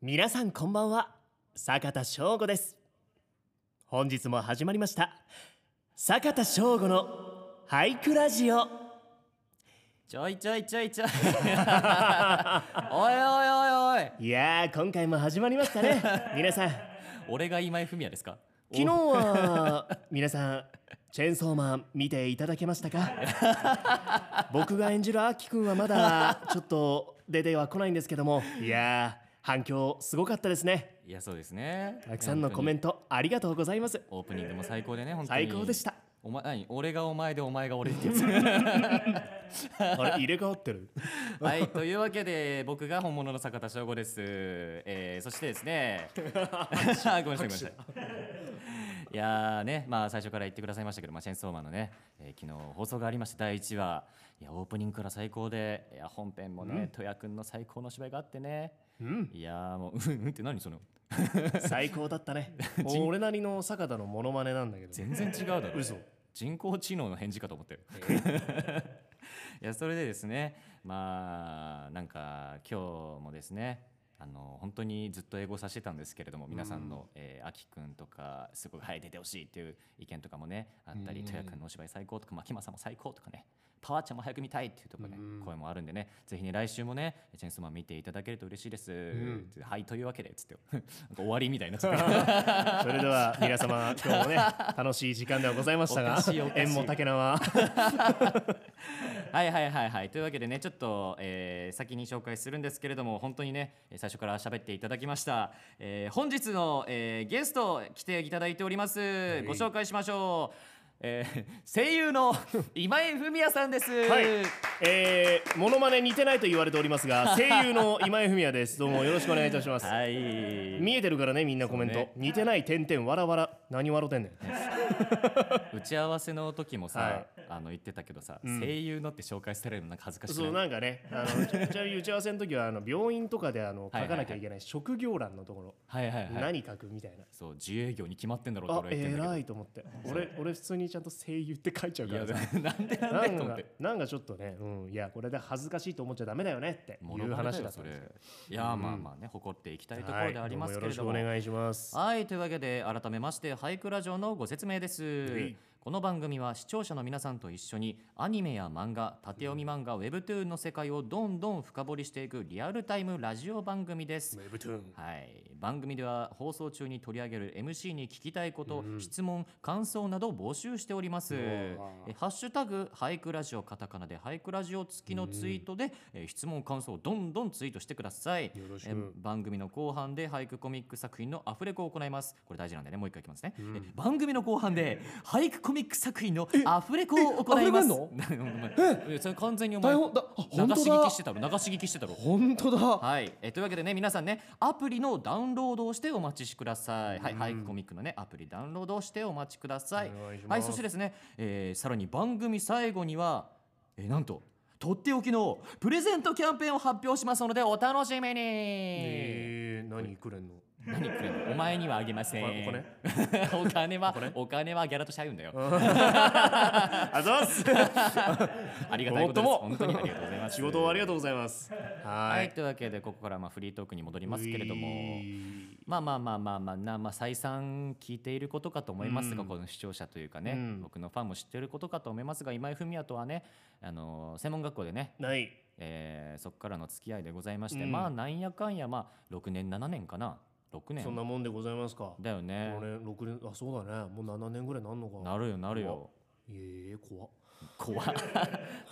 皆さんこんばんは坂田翔吾です本日も始まりました坂田翔吾の俳句ラジオちょいちょいちょいちょいおいおいおいおいいやー今回も始まりましたね皆さん昨俺が今井文也ですか日は皆さんチェーンソーマン見ていただけましたか僕が演じるアキくんはまだちょっと出ては来ないんですけどもいやー反響すごかったですねいやそうですねたくさんのコメントントありがとうございますオープニングも最高でね本当に最高でしたお前何俺がお前でお前が俺ってやつあれ入れ替わってる はいというわけで僕が本物の坂田翔吾です、えー、そしてで すねあごめんなさいごめんなさいいやーねまあ最初から言ってくださいましたけど、まあ、チェンソーマンのね、えー昨日放送がありまして第1話いやオープニングから最高でいや本編もね、戸谷君の最高の芝居があってね、うんいやーもううんうんって何その最高だった ね俺なりの坂田のモノマネなんだけど全然違うだろ 嘘人工知能の返事かと思ってる いやそれでですねまあなんか今日もですねあの本当にずっと英語させてたんですけれども皆さんの、えー、あきくんとかすごいはい出てほしいっていう意見とかもねあったり、うんとやくんのお芝居最高とか牧間さんも最高とかねパワーちゃんも早く見たいっていうところね、うん声もあるんでねぜひね来週もねチェンソーマン見ていただけると嬉しいです、んはいというわけでつって なんか終わりみたいになっちゃったそれでは皆様今日も ね楽しい時間ではございましたおがかしいおかしい縁も竹縄は はいはいはいはいというわけでねちょっと、えー先に紹介するんですけれども本当にねえー最初から喋っていただきました、えー本日の、えーゲスト来ていただいております、ご紹介しましょう、えー 声 優の今井文也さんです、はいえー、モノマネ似てないと言われております が声優の今井文也ですどうもよろしくお願いいたしますはい見えてるからねみんなコメント、そうね似てない点々わらわら何笑ってんねん打ち合わせの時もさ、はいあの言ってたけどさ、ん声優のって紹介されるのなんか恥ずかしくそうないなんかねあのちちなみに打ち合わせの時はあの病院とかであのはい書はいはかいなきゃいけない職業欄のところ、はいはいはい何書くみたいなそう自営業に決まってんだろうっあて俺は言ってんだ偉けいと思って俺俺普通にちゃんと声優って書いちゃうどいかやらさでもなんでなんなでとん思っかてなんかちょっとね、うん、いやこれで恥ずかしいと思っちゃダメだよねって物い語うだ話話だだったそんれですよいやーまあまあね誇っていきたいところでありますけれども、は、はいどういもよろしくお願いします。というわけで改めまして俳句ラジオのご説明ですいこの番組は視聴者の皆さんと一緒にアニメや漫画縦読み漫画、Webtoon の世界をどんどん深掘りしていくリアルタイムラジオ番組ですウェブトゥーンはい、番組では放送中に取り上げる MC に聞きたいこと、質問感想など募集しておりますえ「ハッシュタグ俳句ラジオカタカナ」で俳句ラジオ付きのツイートで、えー質問感想をどんどんツイートしてくださいよろしくえー番組の後半で俳句コミック作品のアフレコを行いますこれ大事なんでねもう一回いきますね、えー番組の後半で俳句コミック作品のアフレコを行いまえすア お前いやそれ完全にお前台流本だあ本当だし聞きしてたろ流し聞きしてたろ本当だ。はい、えーというわけでね皆さんねアプリのダウンロードをしてお待ちください、はいハイコミックのねアプリダウンロードをしてお待ちくださいお願いしますはいそしてですね、えーさらに番組最後には、えーなんととっておきのプレゼントキャンペーンを発表しますのでお楽しみに、えー、何くれんの？何くれんのお前にはあげませんお金 お金はお金はギャラとしちゃうんだよあざっす。ありがたいことですごもっ本当にありがとうございます仕事をありがとうございます。ははいい。というわけでここからまあフリートークに戻りますけれどうもいまあまあまあまあまあなまあ再三聞いていることかと思いますが、この視聴者というかね、うん僕のファンも知っていることかと思いますが今井文也とはねあの専門学校でね、ない。えーそこからの付き合いでございまして、うんまあなんやかんやまあ6年7年かな6そん年なもんでございますか。だよねもうね、六年あそうだね。もう七年ぐらいなんのか。なるよなるよええー、怖っ。怖っ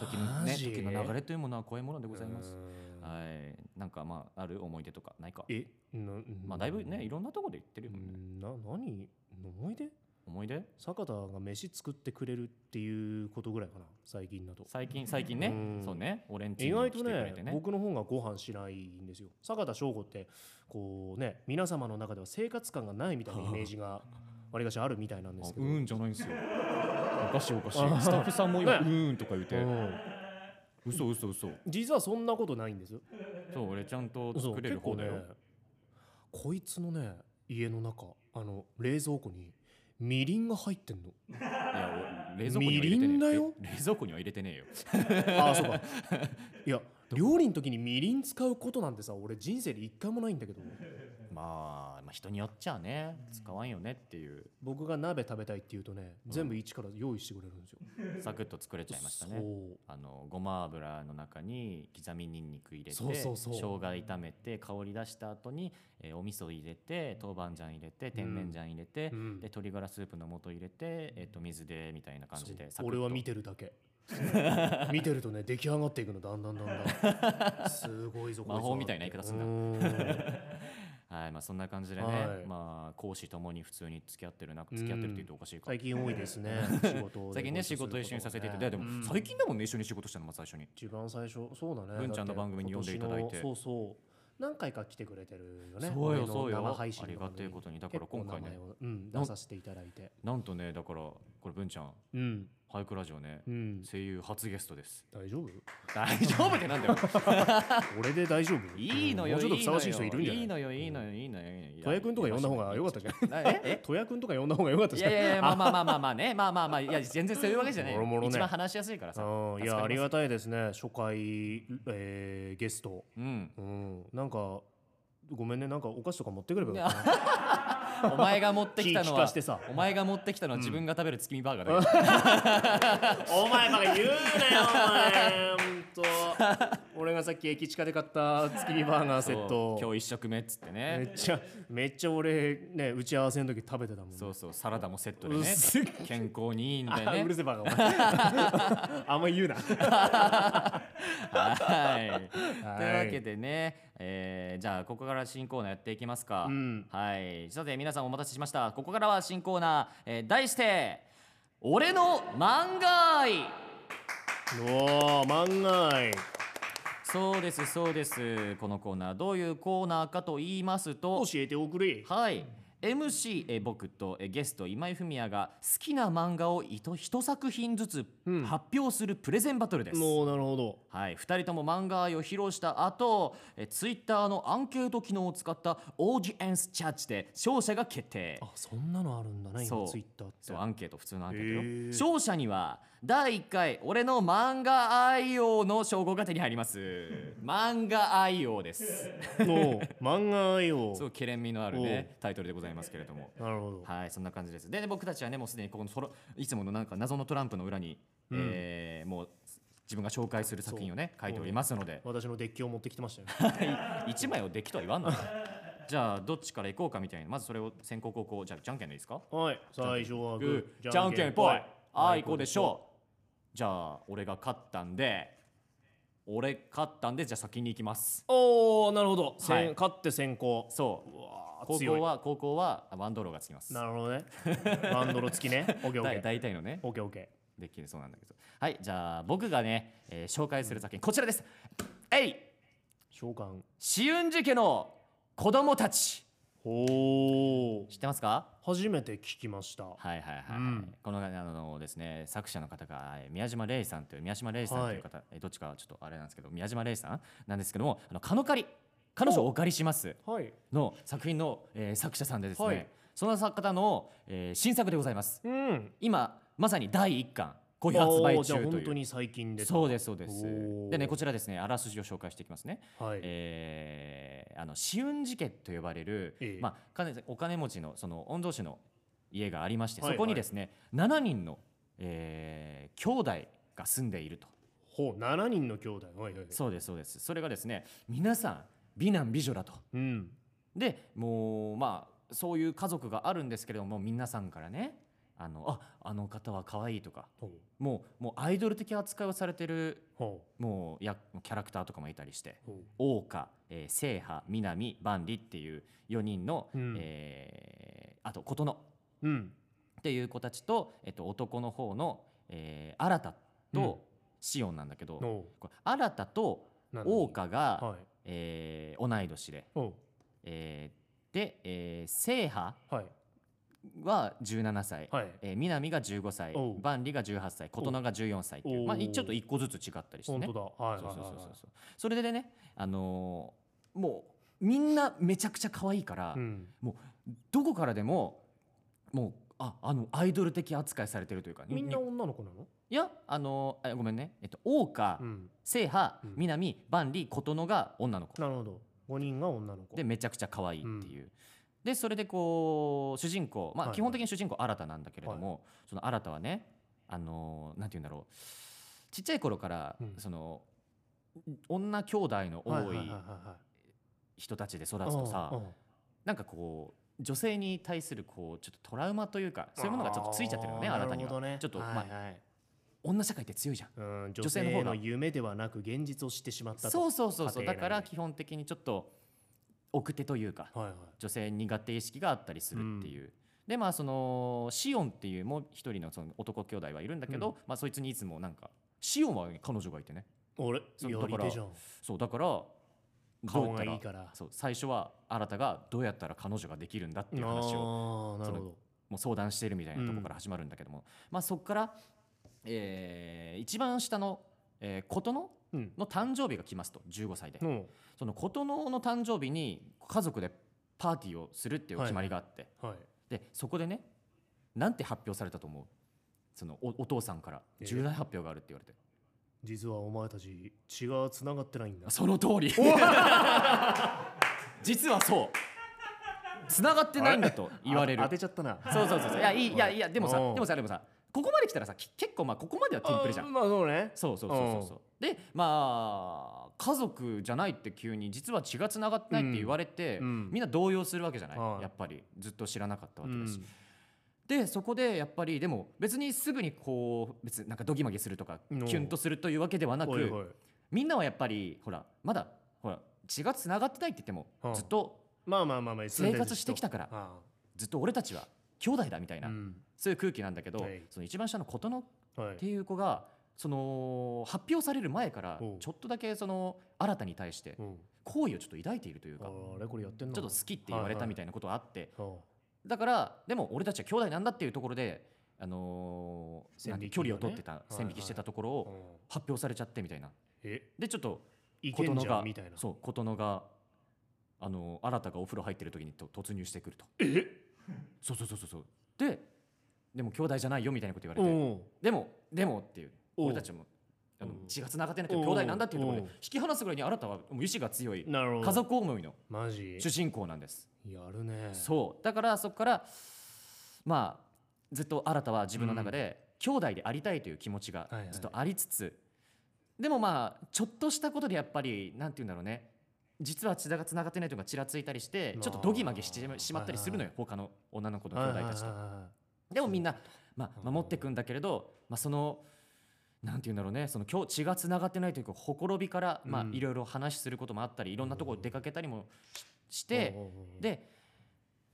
時のマねジ時の流れというものは怖いものでございますうーんはいなんかまあある思い出とかないかえ、な、まあだいぶねいろんなところで言ってるよね、うんな何思い出思い出坂田が飯作ってくれるっていうことぐらいかな最近だと最近最近ね、うんそうね俺んち意に外来とてくれねてね僕の方がご飯しないんですよ坂田翔吾ってこうね皆様の中では生活感がないみたいなイメージ がわりかしあるみたいなんですけど、あうんじゃないんですよおかしいおかしいスタッフさんもね今うーんとか言うて、うん嘘嘘嘘実はそんなことないんですよそう俺ちゃんとそう作れる結方構だねよ、こいつのね家の中あの冷蔵庫にみりんが入 ってんのいや俺冷蔵庫には入れてねみりんだえよえ冷蔵庫には入れてねえよああそうかいや料理の時にみりん使うことなんてさ俺人生で一回もないんだけどまあ、まあ人によっちゃね使わんよねっていう僕が鍋食べたいって言うとね、全部一から用意してくれるんですよ。サクッと作れちゃいましたねそうあのごま油の中に刻みにんにく入れてそうそうそう生姜炒めて香り出した後に、えーお味噌入れて豆板醤入れて甜麺醤入れて、うんで鶏ガラスープの素入れて、えー、と水でみたいな感じでサクッと俺は見てるだ け見てるとね出来上がっていくのだんだんだん だんすごいぞ魔法みたいな言い方すんななはいまあ、そんな感じでね、はいまあ、講師ともに普通に付き合ってるな付き合ってるって言うとおかしいか、最近多いですね仕事で 最近ね仕事一緒にさせていただいて、でねも最近だもんね一緒に仕事したのまず最初に一番最初そうだね文ちゃんの番組に呼んでいただいてだって今年のそうそう何回か来てくれてるよねそうよ俺のそうよ生配信のありがてえことにだから結構今回ね名前をうん、出させていただいてなんとねだからこれ文ちゃんうん俳句ラジオね、うん声優初ゲストです大丈夫大丈夫ってなんだよ俺で大丈夫いいのよもうちょっとふさわしいい人いるんじゃないいのよいいのよいいのよいいのよいいの戸よ谷君とか呼んだ方が良かったじゃんなええ戸谷君とか呼んだ方が良かったいじゃやんいやいやまあまあまあまあまあねまあまあまあいや全然そういうわけじゃないよもろもろね一番話しやすいからさうんい助やかありますがたいですね初回、えーゲスト、うんうん、なんかごめんねなんかお菓子とか持ってくればよかった なお前が持ってきたの聞かはしてさお前が持ってきたのは自分が食べる月見バーガーだよ、お前ばっか言うなよお前ほんと 俺がさっき駅近で買った月見バーガーセッそうト今日一食目っつってめねっちゃめっちゃ俺ね打ち合わせの時食べてたもんねそうそうサラダもセットで ねうっせ 健康にいいんだ あようるねせえバカお前 あんま言うなはい はいというわけでね、えーじゃあここから新コーナーやっていきますか、んはいさて皆さんお待たせしましたここからは新コーナー、えー題して「俺の漫画愛」おー漫画愛そうですそうですこのコーナーどういうコーナーかと言いますと教えておくれはい。MC えー僕とえーゲスト今井文也が好きな漫画を一一作品ずつうん発表するプレゼンバトルです。もうなるほどはい、2人とも漫画愛を披露した後えー Twitter のアンケート機能を使ったオーディエンスチャッチで勝者が決定あそんなのあるんだねそ今うツイッターってそうアンケート普通のアンケートよ、へー勝者には第1回俺の漫画愛用の称号が手に入ります 漫画愛用ですの漫画愛を そうケレン味のあるねタイトルでございますけれどもなるほどはい、そんな感じです。で、ね僕たちはね、もうすでにここのそろいつものなんか謎のトランプの裏に、えーもう自分が紹介する作品をね、書いておりますので、私のデッキを持ってきてましたよ 一枚をできとは言わんのね。 じゃあ、どっちから行こうかみたいな、まずそれを先行後攻、じゃあ、じゃんけんでいいですかはい最初はグーじゃんけんぽい。ああ、はい行こうでしょう。じゃあ、俺が勝ったんで、俺勝ったんで、じゃあ先に行きます。おおなるほど、はい先勝って先行そう。わ高校は、高校は、あワンドローがつきます。なるほど ねワンドロ付きねオッケーオだッいケー大体のね。オッケーオッケできるそうなんだけどはいじゃあ僕がね、えー紹介する作品こちらですえいー召喚紫雲寺家の子供たちおお知ってますか初めて聞きましたはいはいはい、うんこのあのですね作者の方がえー宮島玲さんという宮島玲さんという方、えーどっちかはちょっとあれなんですけど宮島玲さんなんですけどもあのカノカリ彼女をお借りしますはいの作品の、えー作者さんでですね、はいその方の、えー新作でございますうん今まさに第一巻好評発売おーじゃあ中と本い当うに最近でそうですそうですおーでねこちらですねあらすじを紹介していきますね、はい、えーあの紫雲寺家と呼ばれる、ええまあ、かなりお金持ちのその御曹司の家がありまして、はいはいそこにですね7人の、えー兄弟が住んでいるとほう7人の兄弟はいはいはいそうですそうですそれがですね皆さん美男美女だとうんでもうまあそういう家族があるんですけれども皆さんからねあのああの方は可愛いとかほうもうもうアイドル的扱いをされてるほもうやキャラクターとかもいたりしてうほ大岡、えー、聖波南万里っていう4人の、うんえーあと琴乃ううんっていう子たちと、えっと、男の方の、えー、新太うんとシオンなんだけど、ほこれ新太とうなのに大岡が、はいえー同い年で、ほえーで、えー、聖波うはいは17歳。はいえー南が15歳おう万里が18歳琴乃が14歳っていおう、うまあ、ちょっと一個ずつ違ったりして本ね当だはいはいそうはいそうそはうそういそうそれでね、あのーもうみんなめちゃくちゃ可愛いから、うんどこからでももうああのアイドル的扱いされてるというかにみんなに女の子なの？いやあのーあごめんね、えっと、桜花、うん、聖波うん南万里琴乃が女の子なるほど。 5人が女の子でめちゃくちゃ可愛いっていう、でそれでこう主人公まはいあはい基本的に主人公新たなんだけれども、その新たはねあのーなんて言うんだろうちっちゃい頃から、うんその女兄弟のはいは多いいはいは人たちで育ついとさ、うんうんなんかこう女性に対するこうちょっとトラウマというかそういうものがちょっとついちゃってるよねあー新たになるほどは、ねちょっと、はいまあはい女社会って強いじゃんうん女女性の方が性の夢ではなく現実を知ってしまったとそうそうそうそう家庭だ内でから基本的にちょっと奥手というかはいはい女性苦手意識があったりするっていう、でまあそのシオンっていうもう一人のその男兄弟はいるんだけど、うんまあそいつにいつもなんかシオンは彼女がいてね俺そうやだりから手じゃんそうだからど顔うやったがいらいからそう最初は新たがどうやったら彼女ができるんだっていう話をああなるほどもう相談してるみたいなとこから始まるんだけども、まあそこから、えー一番下の、えー、琴乃うんの誕生日が来ますと15歳で、うんその琴乃の誕生日に家族でパーティーをするっていう決まりがあって、はいでそこでねなんて発表されたと思うそのおお父さんからえ重大発表があるって言われて、実はお前たち血がつながってないんだその通り 実はそう繋がってないんだと言われるあ当てちゃったなそうそうそうそういやいいいやいやでもさうんでもさでもさここまで来たらさき結構まあここまで はテンプレじゃあんまあそうねそうそうそうそうそうでまあ家族じゃないって急に実は血がつながってないって言われて、うんうんみんな動揺するわけじゃない、はいやっぱりずっと知らなかったわうけだんし、でそこでやっぱりでも別にすぐにこう別になんかドギマギするとかキうんュンとするというわけではなくおいおいみんなはやっぱりほらまだほら血がつながってないって言っても、うんずっとまあまあまあまあ生活してきたからあずっと俺たちは兄弟だみたいあな、うんそういう空気なんだけど、はいその一番下の琴乃っはいていう子がその発表される前からおうちょっとだけその新たに対してうん好意をちょっと抱いているというあかちょーあれこれやってんっなと好きって言われたみたたいなことがあって、いなだからでも俺たちは兄弟なんだっていうところで、あのー線なんて引き距のね離を取ってた、はいはい線引きしてたところを発表されちゃってみたいなえでちょっといけ琴ん乃じゃがんみたいなそう琴乃が、あのー新たがお風呂入ってる時にと突入してくるとそうそうそうそうそうででも兄弟じゃないよみたいなこと言われておうでもでもっていうおう俺たちもあのうん血がつながってないけど兄弟なんだっていうところでおう引き離すぐらいに新たはもう意志が強いなるほど家族思いのマジ主人公なんですやるねそうだからそこからまあずっと新は自分の中で、兄弟でありたいという気持ちがはいはいずっとありつつ、でもまあちょっとしたことでやっぱりなんて言うんだろうね実は血がつながってないというかちらついたりしてまあちょっとドギマギしてしまったりするのよ、他の女の子の兄弟たちと。はいはいはいはいでもみんな、まうあ、ん守っていくんだけれど、まあ、そのなんて言うんだろうねその今日血がつながってないというかほころびから、まあう、んいろいろ話することもあったりいろんなところ出かけたりもししておうおうおうで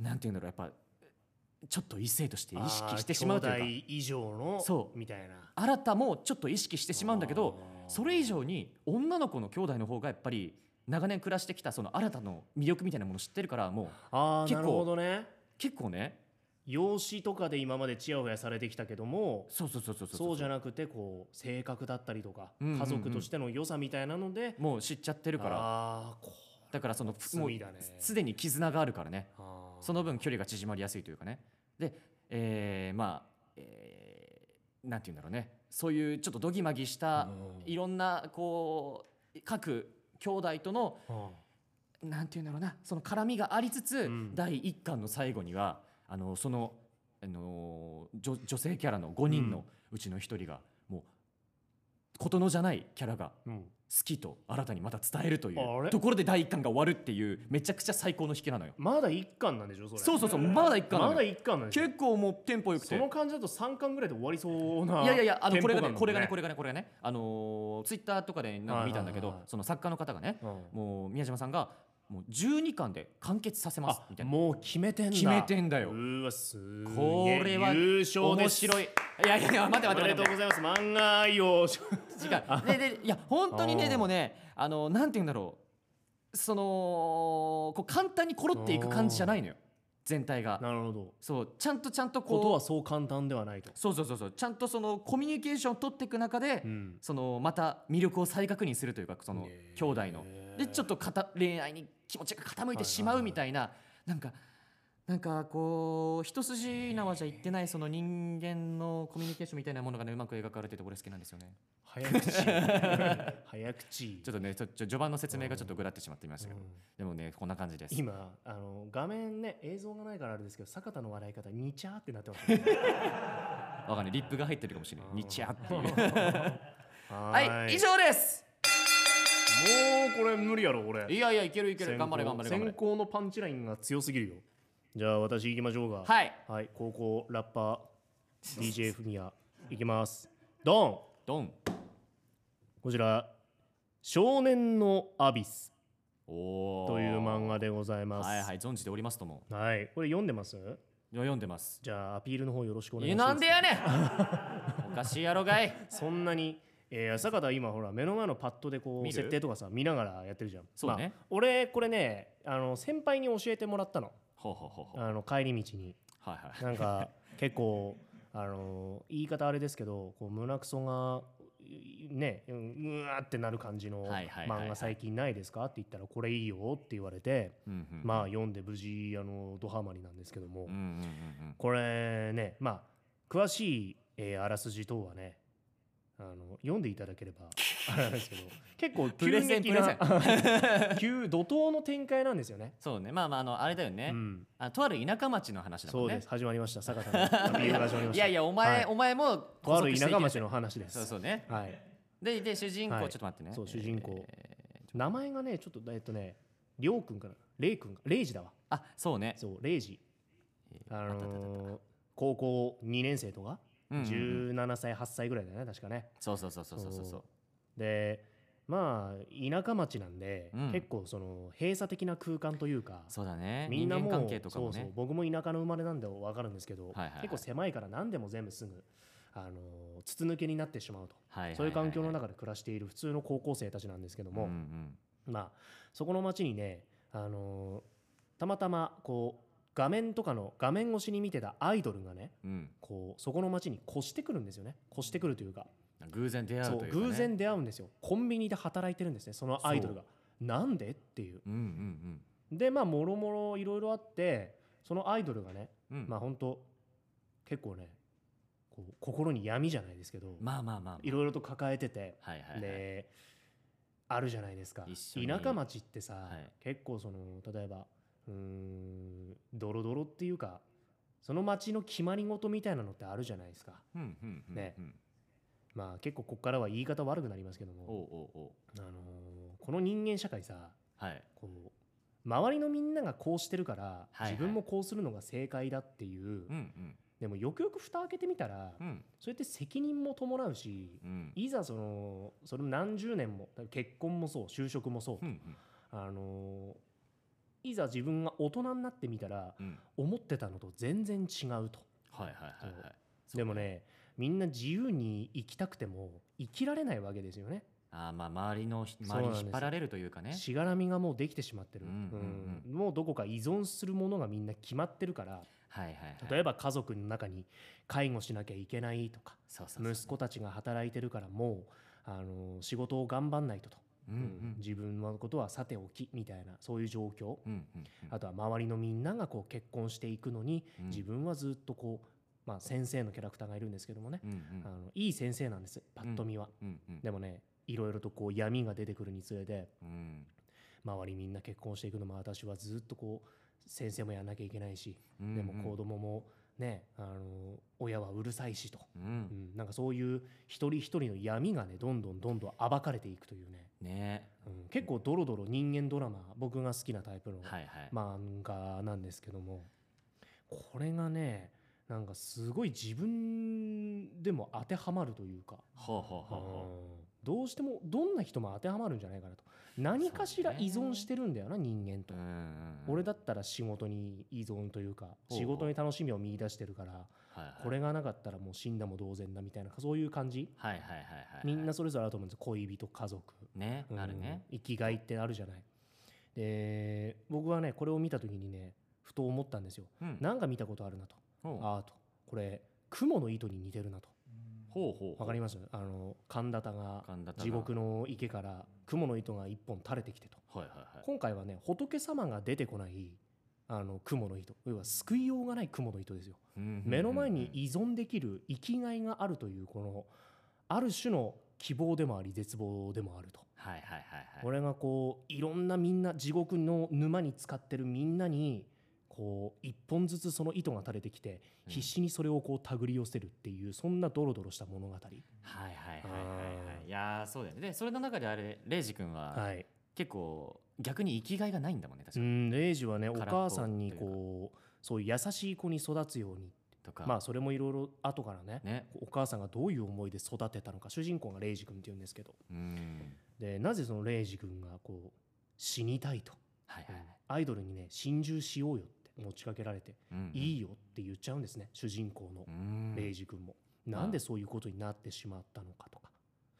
なんて言うんだろうやっぱちょっと異性として意あー識してしまうというか兄弟以上のそうみたいな新たもちょっと意識してしまうんだけどあーそれ以上に女の子の兄弟の方がやっぱり長年暮らしてきたその新たの魅力みたいなものを知ってるからもうあー結な構るほどね結構ね養子とかで今までちやほやされてきたけどもそうそうそうそうそうじゃないなくてこう性格だったりとかうんうんうん家族としての良さみたいなのでもう知っちゃってるからあーこだからそのうもう罪だねすでに絆があるからねあーその分距離が縮まりやすいというかねで、えーまあ、えーなんて言うんだろうねそういうちょっとドギマギしたうんいろんなこう各兄弟とのうんなんて言うんだろうなその絡みがありつつ、ん第一巻の最後にはあのその、あの女女性キャラの5人のうちの1人が、もう琴乃じゃないキャラがうん好きと新たにまた伝えるといあれうところで第一巻が終わるっていうめちゃくちゃ最高の引きなのよ。まだ一巻なんでしょそれそうそうそうまだ一巻なのまよだ一巻なんでしょ結構もうテンポよくてその感じだと三巻ぐらいで終わりそうないやいやいやあのテンポこれ感だがねもんこれがねこれがねこれがねあのツイッター Twitter とかでなんか見たんだけはいはいはいどはいその作家の方がねうんもう宮島さんがもう12巻で完結させますみたいなもう決めてんだ決めてんだうよーわすーこげえれは優勝で面す白いいやいやいや待ってお待っめてでと待うってございます漫画愛を違うででいや本当にあねーでもねあのなんて言うんだろうそのこう簡単にコロっていく感じじゃないのよ全体がなるほどそうちゃんとちゃんとことはこうそう簡単ではないと、そうそうそうそうちゃんとそのコミュニケーションを取っていく中でん、そのまた魅力を再確認するというかそのねえ兄弟のでちょっと片恋愛に気持ちが傾いてしまうみたいななんかなんかこう一筋縄じゃ言ってないその人間のコミュニケーションみたいなものがねうまく描かれてて俺好きなんですよね早 口早口ちょっとねちょちょ序盤の説明がちょっとぐらってしまっていましたけど、うんでもねこんな感じです今あの画面ね映像がないからあれですけど坂田の笑い方にちゃーってなってます、ね、わかんないリップが入ってるかもしれないにちゃっていうは はい以上ですもうこれ無理やろ俺いやいやいけるいける先頑張れ行頑張れ頑張れ先行のパンチラインが強すぎるよじゃあ私行きましょうがはいい、高校ラッパー DJ フミヤ行きますドンドンこちら「少年のアビスお」ーという漫画でございますはいはい存じておりますともはい、これ読んでます読んでますじゃあアピールの方よろしくお願いえしますなんでやねん おかしいやろがいそんなに、えー、坂田今ほら目の前のパッドでこう見る設定とかさ見ながらやってるじゃんそうねまあ俺これねあの先輩に教えてもらったのほうほうほうほうあの帰り道にはいはいなん か結構あの言い方あれですけどこう胸くそがいねうんうわーってなる感じのはいはいはいはい漫画最近ないですかって言ったらこれいいよって言われてうんうんまあ読んで無事あのドハマりなんですけども、うんうんうんこれねまあ詳しい、えーあらすじ等はねあの読んでいただければ あれなんですけど結構プ急レゼン激な 急怒涛の展開なんですよね。そうねまあまああのあれだよね、うん、あとある田舎町の話だそもんうねです、始まりました坂田のアピールが始まりましたいやいやお前、はいお前もとある田舎の町の話ですそうそうねはいでで主人公、はいちょっと待ってねそう主人公えー名前がねちょっとえっとねりょうくんかなれいくんかれいじだわあそうねそうれいじああったあったあっのー高校2年生とかうんうんうん17歳8歳ぐらいだよね確かねそうそうそうそうそうそうそうでまあ田舎町なんで、うん結構その閉鎖的な空間というかそうだねみんなもう人間関係とかもそうそねう僕も田舎の生まれなんで分かるんですけど、はいはいはい結構狭いから何でも全部すぐ、あのー筒抜けになってしまうと、はいはいはいはいそういう環境の中で暮らしている普通の高校生たちなんですけども、うんうんまあそこの町にね、あのーたまたまこう画面とかの画面越しに見てたアイドルがねうんこうそこの町に越してくるんですよね越してくるというか偶然出会そううというか、ね、偶然出会うんですよコンビニで働いてるんですねそのアイドルがなんでっていううんうんでまあもろもろいろいろあってそのアイドルがねうんうんまあ本当結構ねこう心に闇じゃないですけどまあまあまあいろいろと抱えててはいはいはい、であるじゃないですか一緒に田舎町ってさ、はい結構その例えばうーんドロドロっていうかその町の決まり事みたいなのってあるじゃないですかうんうんうんねうんまあ結構ここからは言い方悪くなりますけどおも、うおうおうあのーこの人間社会さはいこう周りのみんながこうしてるから、いはい自分もこうするのが正解だっていう、うんうんでもよくよく蓋開けてみたら、うんそれって責任も伴うし、うんいざそのそれも何十年も結婚もそう就職もそう、うんうんあのーいざ自分が大人になってみたらうん思ってたのと全然違うとはいはいはいはいでもねみんな自由に生きたくても生きられないわけですよねあーまあ周りのひそう周なりんですに引っ張られるというかねしがらみがもうできてしまってる、うんうんうんもうどこか依存するものがみんな決まってるからはいはいはい例えば家族の中に介護しなきゃいけないとかそうそうそう息子たちが働いてるからもうあの仕事を頑張んないとと、うんうん自分のことはさておきみたいなそういう状況、うんうんうんあとは周りのみんながこう結婚していくのに、うん自分はずっとこう、まあ、先生のキャラクターがいるんですけどもね、うんあのいい先生なんですパッと見は、うんうんうんでもねいろいろとこう闇が出てくるにつれてうん周りみんな結婚していくのも私はずっとこう先生もやんなきゃいけないし、うんでも子供もねあの親はうるさいしと、うんうんなんかそういう一人一人の闇がねどんどんどんどん暴かれていくというね、ねうん、結構ドロドロ人間ドラマ僕が好きなタイプのはいはい漫画なんですけどもこれがねなんかすごい自分でも当てはまるというか、ほうほうほうほうんどうしてもどんな人も当てはまるんじゃないかなと何かしら依存してるんだよな人間うとうん。うんうん俺だったら仕事に依存というかほう仕事に楽しみを見出してるからはいはいこれがなかったらもう死んだも同然だみたいなそういう感じはいはいはいはいはいみんなそれぞれあると思うんです恋人家族ねうんあるね生きがいってあるじゃないで僕はねこれを見た時にねふと思ったんですようんなんか見たことあるなとほうあーとこれ雲の糸に似てるなとほうほうわかりますあの神田田が神田田が地獄の池から雲の糸が一本垂れてきてとはいはいはい今回はね仏様が出てこないあの雲の糸要は救いようがない雲の糸ですようん目の前に依存できる生きがいがあるというこのある種の希望でもあり絶望でもあるとはいはいはいはいこれがこういろんなみんな地獄の沼に使ってるみんなにこう一本ずつその糸が垂れてきてうん必死にそれをこう手繰り寄せるっていうそんなドロドロした物語ははいはいはいはいはいいやーそうだよねでそれの中であれレイジ君はい結構逆に生きがいがないんだもんね確うかんレイジはねお空っぽ母さんにというかこうそういう優しい子に育つようにとかまあそれもいろいろ後からねねお母さんがどういう思いで育てたのか主人公がレイジ君っていうんですけどうんでなぜそのレイジ君がこう死にたいと、はいはいはいアイドルにね心中しようよって持ちかけられて、うんいいよって言っちゃうんですね主人公のうんレイジ君も、なんでそういうことになってしまったのかとか、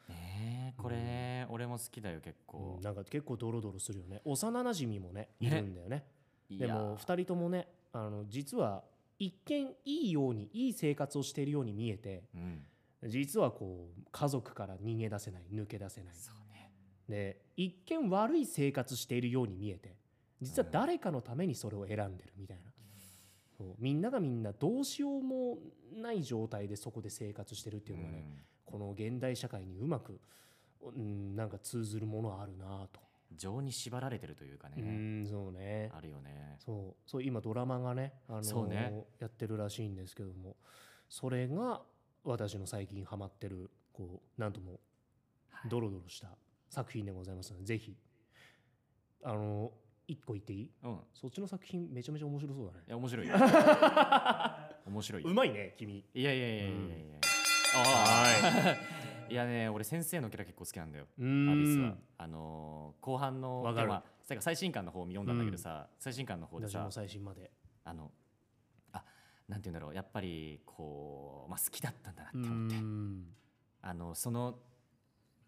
ねえこれね俺も好きだよ結構うんなんか結構ドロドロするよね幼馴染もねいるんだよねいでやも2人ともねあの実は一見いいようにいい生活をしているように見えてうん実はこう家族から逃げ出せない抜け出せないそうねで一見悪い生活しているように見えて実は誰かのためにそれを選んでるみたいな、そうみんながみんなどうしようもない状態でそこで生活してるっていうのがね、この現代社会にうまく、うん、なんか通ずるものあるなと、うん情に縛られてるというかうねんそうねあるよねそうそう今ドラマがね,、あのーそうねやってるらしいんですけどもそれが私の最近ハマってるこうなんともはいドロドロした作品でございますので、ぜひあの一個言っていいうんそっちの作品めちゃめちゃ面白そうだいねや面 白いよ面白いようまいね君いやいやいやいやいやいやああいやね俺先生のキャラ結構好きなんだようアビスーはんあのー後半のわかるでもまあ最後最新刊の方を読んだんだけどさ最新刊の方で私さも最新まであのあなんて言うんだろうやっぱりこうまあ好きだったんだなってうー思ってんあのその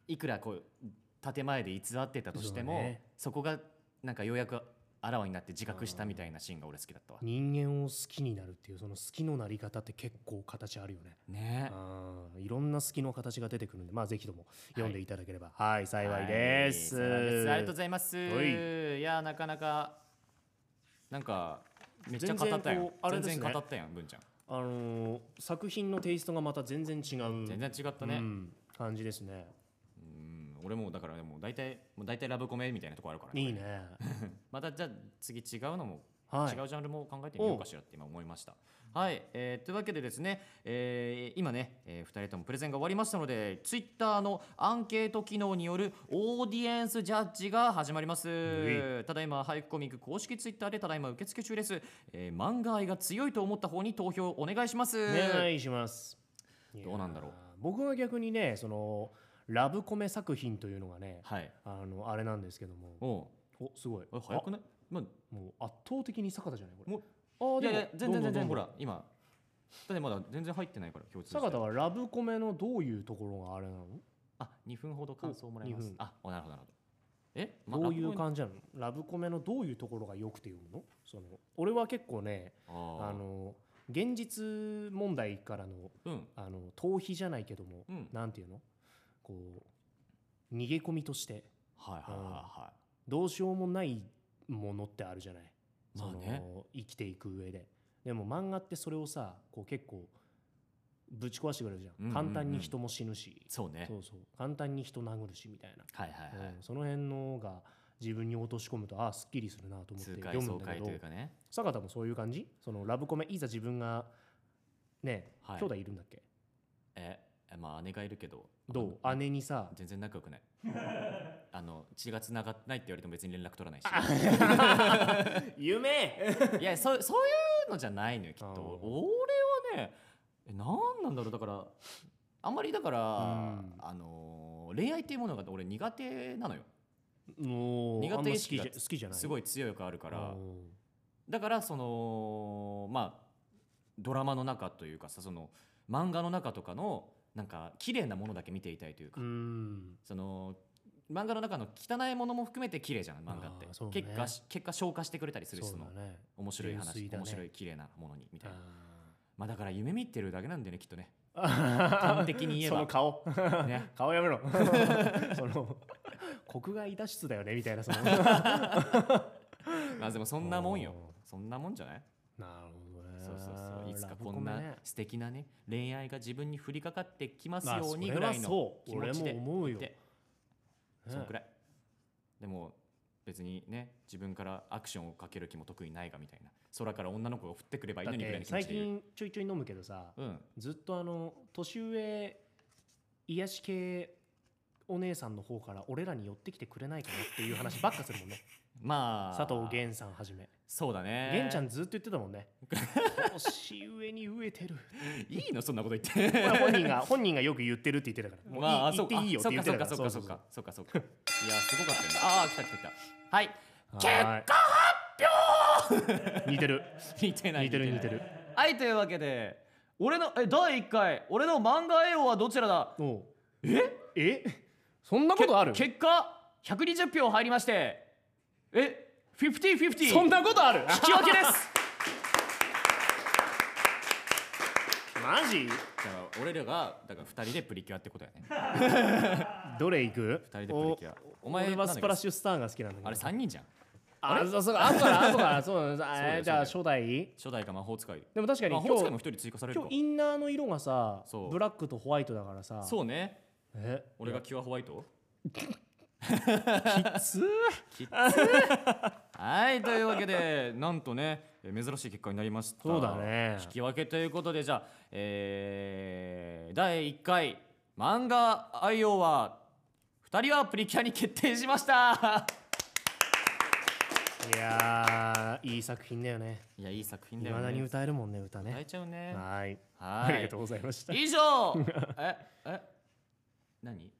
いくらこう建前で偽ってたとしてもそそ,、うねこがなんかようやくあらわになって自覚したみたいなシーンが俺好きだったわ。人間を好きになるっていうその好きのなり方って結構形あるよねねあーいろんな好きの形が出てくるんでまあぜひとも読んでいただければはい、え幸いです、はい幸いですありがとうございます。はいいやなかなかなんかめっちゃ語った全然よこう。あれ全ですね然語ったやん文ちゃん。あのー作品のテイストがまた全然違う全然違ったうね。ん感じですねうん俺もうだからもう大体もう大体ラブコメみたいなとこあるから、ね。いいねまたじゃあ次違うのもはい違うジャンルも考えてみようかしらって今思いました。はい、えーというわけでですね、えー今ね、え2人ともプレゼンが終わりましたのでツイッターのアンケート機能によるオーディエンスジャッジが始まります、ただいま俳句コミック公式ツイッターでただいま受付中です、えー漫画愛が強いと思った方に投票お願いします、お願いしますどうなんだろういやー僕は逆にねそのラブコメ作品というのがねはいあのあれなんですけどもおうおすごいえ早くないまああもう圧倒的に坂田じゃないこれもうあーいやいやでも全どんど然全んどんど然んほら今だってまだ全然入ってないから共通して坂田はラブコメのどういうところがあれなのあ、2分ほど感想をもらいまおす二分。あ、おなるほどなるほど。え、どういう感感じなのラブコメのどういうところが良くて読むのその俺は結構ねあーあの現実問題からのうんあの逃避じゃないけども、うんなんていうのこう逃げ込みとしてはいはいはいはどうしようもないものってあるじゃない、まあねその生きていく上ででも漫画ってそれをさこう結構ぶち壊してくれるじゃん,、うんうんうん簡単に人も死ぬしい。そうね。そうそう簡単に人殴るしみたいな、はいはいはいうん。その辺のが自分に落とし込むとああすっきりするなと思って読痛快む爽んだけ快どというかね。坂田もそういう感じそのラブコメいざ自分がね、はい兄弟いるんだっけえ、えまあ姉がいるけど。どあう姉にさの全然仲良 くない。あの血が繋がってないって言われても別に連絡取らないし。 夢いや、そうそういうのじゃないのよきっあと。ー俺はね、え、なんなんだろうだから。あんまりだから、うんあのー恋愛っていうものが俺苦手なのよもう苦手あんま意好識きじがゃ好きじゃないすごい強い欲あるからうんだからそのまあドラマの中というかさその漫画の中とかのなんか綺麗なものだけ見ていたいというか、うんその漫画の中の汚いものも含めて綺麗じゃん漫画って、あーそうね結果し結果消化してくれたりするしそそうのだね面白い純話、粋だね面白い綺麗なものにみたいなあまあだから夢見てるだけなんだよねきっ とねー端的に言えば その顔ね顔やめろ その 国外脱出だよねみたいなそのまあでもそんなもんようんそんなもんじゃないなるほどねそうそうそういつかラブこコメんなね素敵なね恋愛が自分に降りかかってきますまあようにぐらいの気持ちそれはそう俺でも思うよでそのくねらいでも別にね自分からアクションをかける気も特にないがみたいな空から女の子が降ってくればいいだのっにぐらいての最気持ちでいる近ちょいちょい飲むけどさうんずっとあの年上癒し系お姉さんの方から俺らに寄ってきてくれないかなっていう話ばっかするもんね まあ佐藤源さんはじめそうだね源ちゃんずっと言ってたもん ね年上に飢えてるいいのそんなこと言ってこれは本人 が本人がよく言ってるって言ってた からもういい、まあ、言っていいよって言ってたそうかからそうかそううかそうかそうかそうかいやすごかったよねああ来た来た来たはいそうそうはーい 似てる似てない似てる似てるはいというわけで俺のえ第1回俺の漫画栄養はどちらだおうええそんなことある結果120票入りましてえ50-50そんなことある引き分けです マジだから俺らがだから2人でプリキュアってことやね どれ行く二人でプリキュアお前俺はなんだっけスプラッシュスターが好きなんだけどあれ3人じゃんあそうそうあとから あとからそうなんですあだよれじゃあそ初代初代か魔法使いでも確かに魔今法使いも日1人追加される今か日インナーの色がさそうブラックとホワイトだからさそうねえ俺がキュアホワイトきつーはいというわけで なんとねえー珍しい結果になりましたそうだね引き分けということでじゃあ、えー第1回漫画愛用は2人はプリキュアに決定しました いやーいい作品だよねいやいい作品いだよまだにね歌えるもんね歌泣ねいちゃうねはいはあいりがとうございました以上 ええ何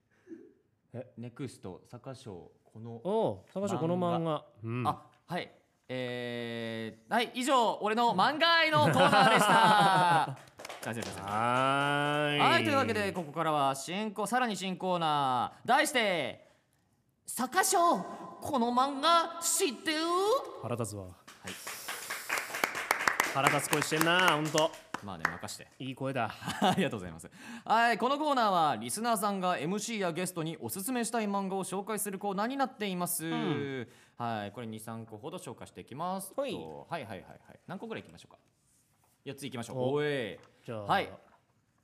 えネクスト坂賞このおう坂椒この漫画うんあはいえー、はい以上俺の漫画愛のコーナーで したすいませんすいませんはーいはいというわけでここからは新コさらに新コーナー題して「坂賞この漫画知ってる?腹立つわ腹立つ声してんなほんと」まあね任していい声だ ありがとうございますはいこのコーナーはリスナーさんが MC やゲストにおすすめしたい漫画を紹介するコーナーになっています、はいこれ23個ほど紹介していきますとはいはいはいはいはい何個ぐらいいきましょうか4ついきましょうおおいじゃあはい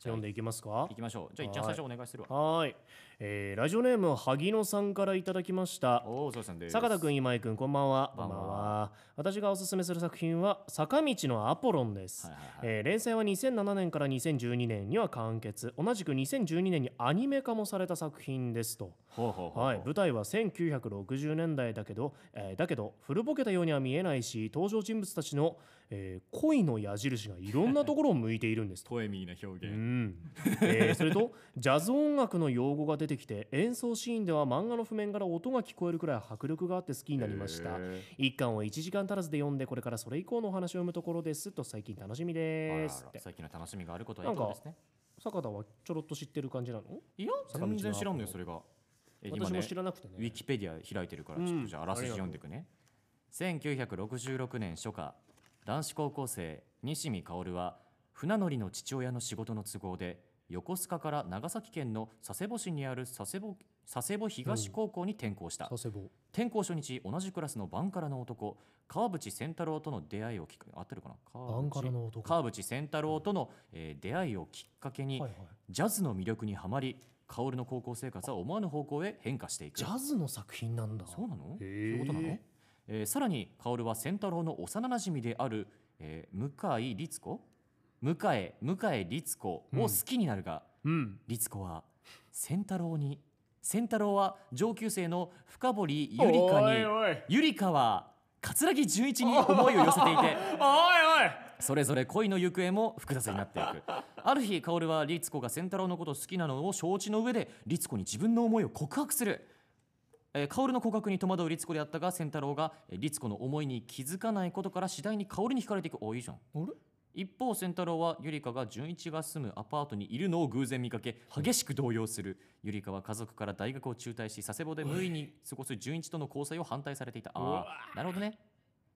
読んでいきますかいきましょうじゃあ一番最初お願いするわはーい、えー、ラジオネーム萩野さんからいただきましたおおそうさんです坂田君今井君こんばんはこんばんは私がおすすめする作品は「坂道のアポロン」です、はいはいはいえー連載は2007年から2012年には完結同じく2012年にアニメ化もされた作品ですとほうほうほう、はい、舞台は1960年代だけど、えーだけど古ぼけたようには見えないし登場人物たちの、えー恋の矢印がいろんなところを向いているんですとポエミーな表現、うんえー それとジャズ音楽の用語が出てきて演奏シーンでは漫画の譜面から音が聞こえるくらい迫力があって好きになりましたへー一巻を1時間足らずで読んでこれからそれ以降のお話を読むところですと最近楽しみであすらあっらて最近の楽しみがあることはいいことですね坂田はちょろっと知ってる感じなのいや坂道の全然知らんのよそれがえ今私ねもウ知らなくてねィキペディア開いてるからちょっとじゃああらすじ読んでいくね、1966年初夏男子高校生西見薫は船乗りの父親の仕事の都合で横須賀から長崎県の佐世保市にある佐世保佐世保東高校に転校した、佐世保転校初日同じクラスのバンカラの男川淵仙太郎との出会いをきっかけ合ってるかな川バンカラ淵の男川淵仙太郎との、えー出会いをきっかけに、はいはいジャズの魅力にはまり薫の高校生活は思わぬ方向へ変化していくジャズの作品なんだそうなのへーそういうことなの、えーさらに薫は仙太郎の幼なじみである、えー向井律子向井向井律子を好きになるが、うん律子は仙太郎に仙太郎は上級生の深堀ゆりかにおいおいゆりかは葛城純一に思いを寄せていておいおいそれぞれ恋の行方も複雑になっていくある日薫は律子が仙太郎のことを好きなのを承知の上で律子に自分の思いを告白する、えー、薫の告白に戸惑う律子であったが仙太郎がえー律子の思いに気づかないことから次第に薫に惹かれていくおいいじゃんあれ一方仙太郎はゆりかが純一が住むアパートにいるのを偶然見かけ激しく動揺するゆりかは家族から大学を中退し佐世保で無意に過ごす純一との交際を反対されていたああなるほどね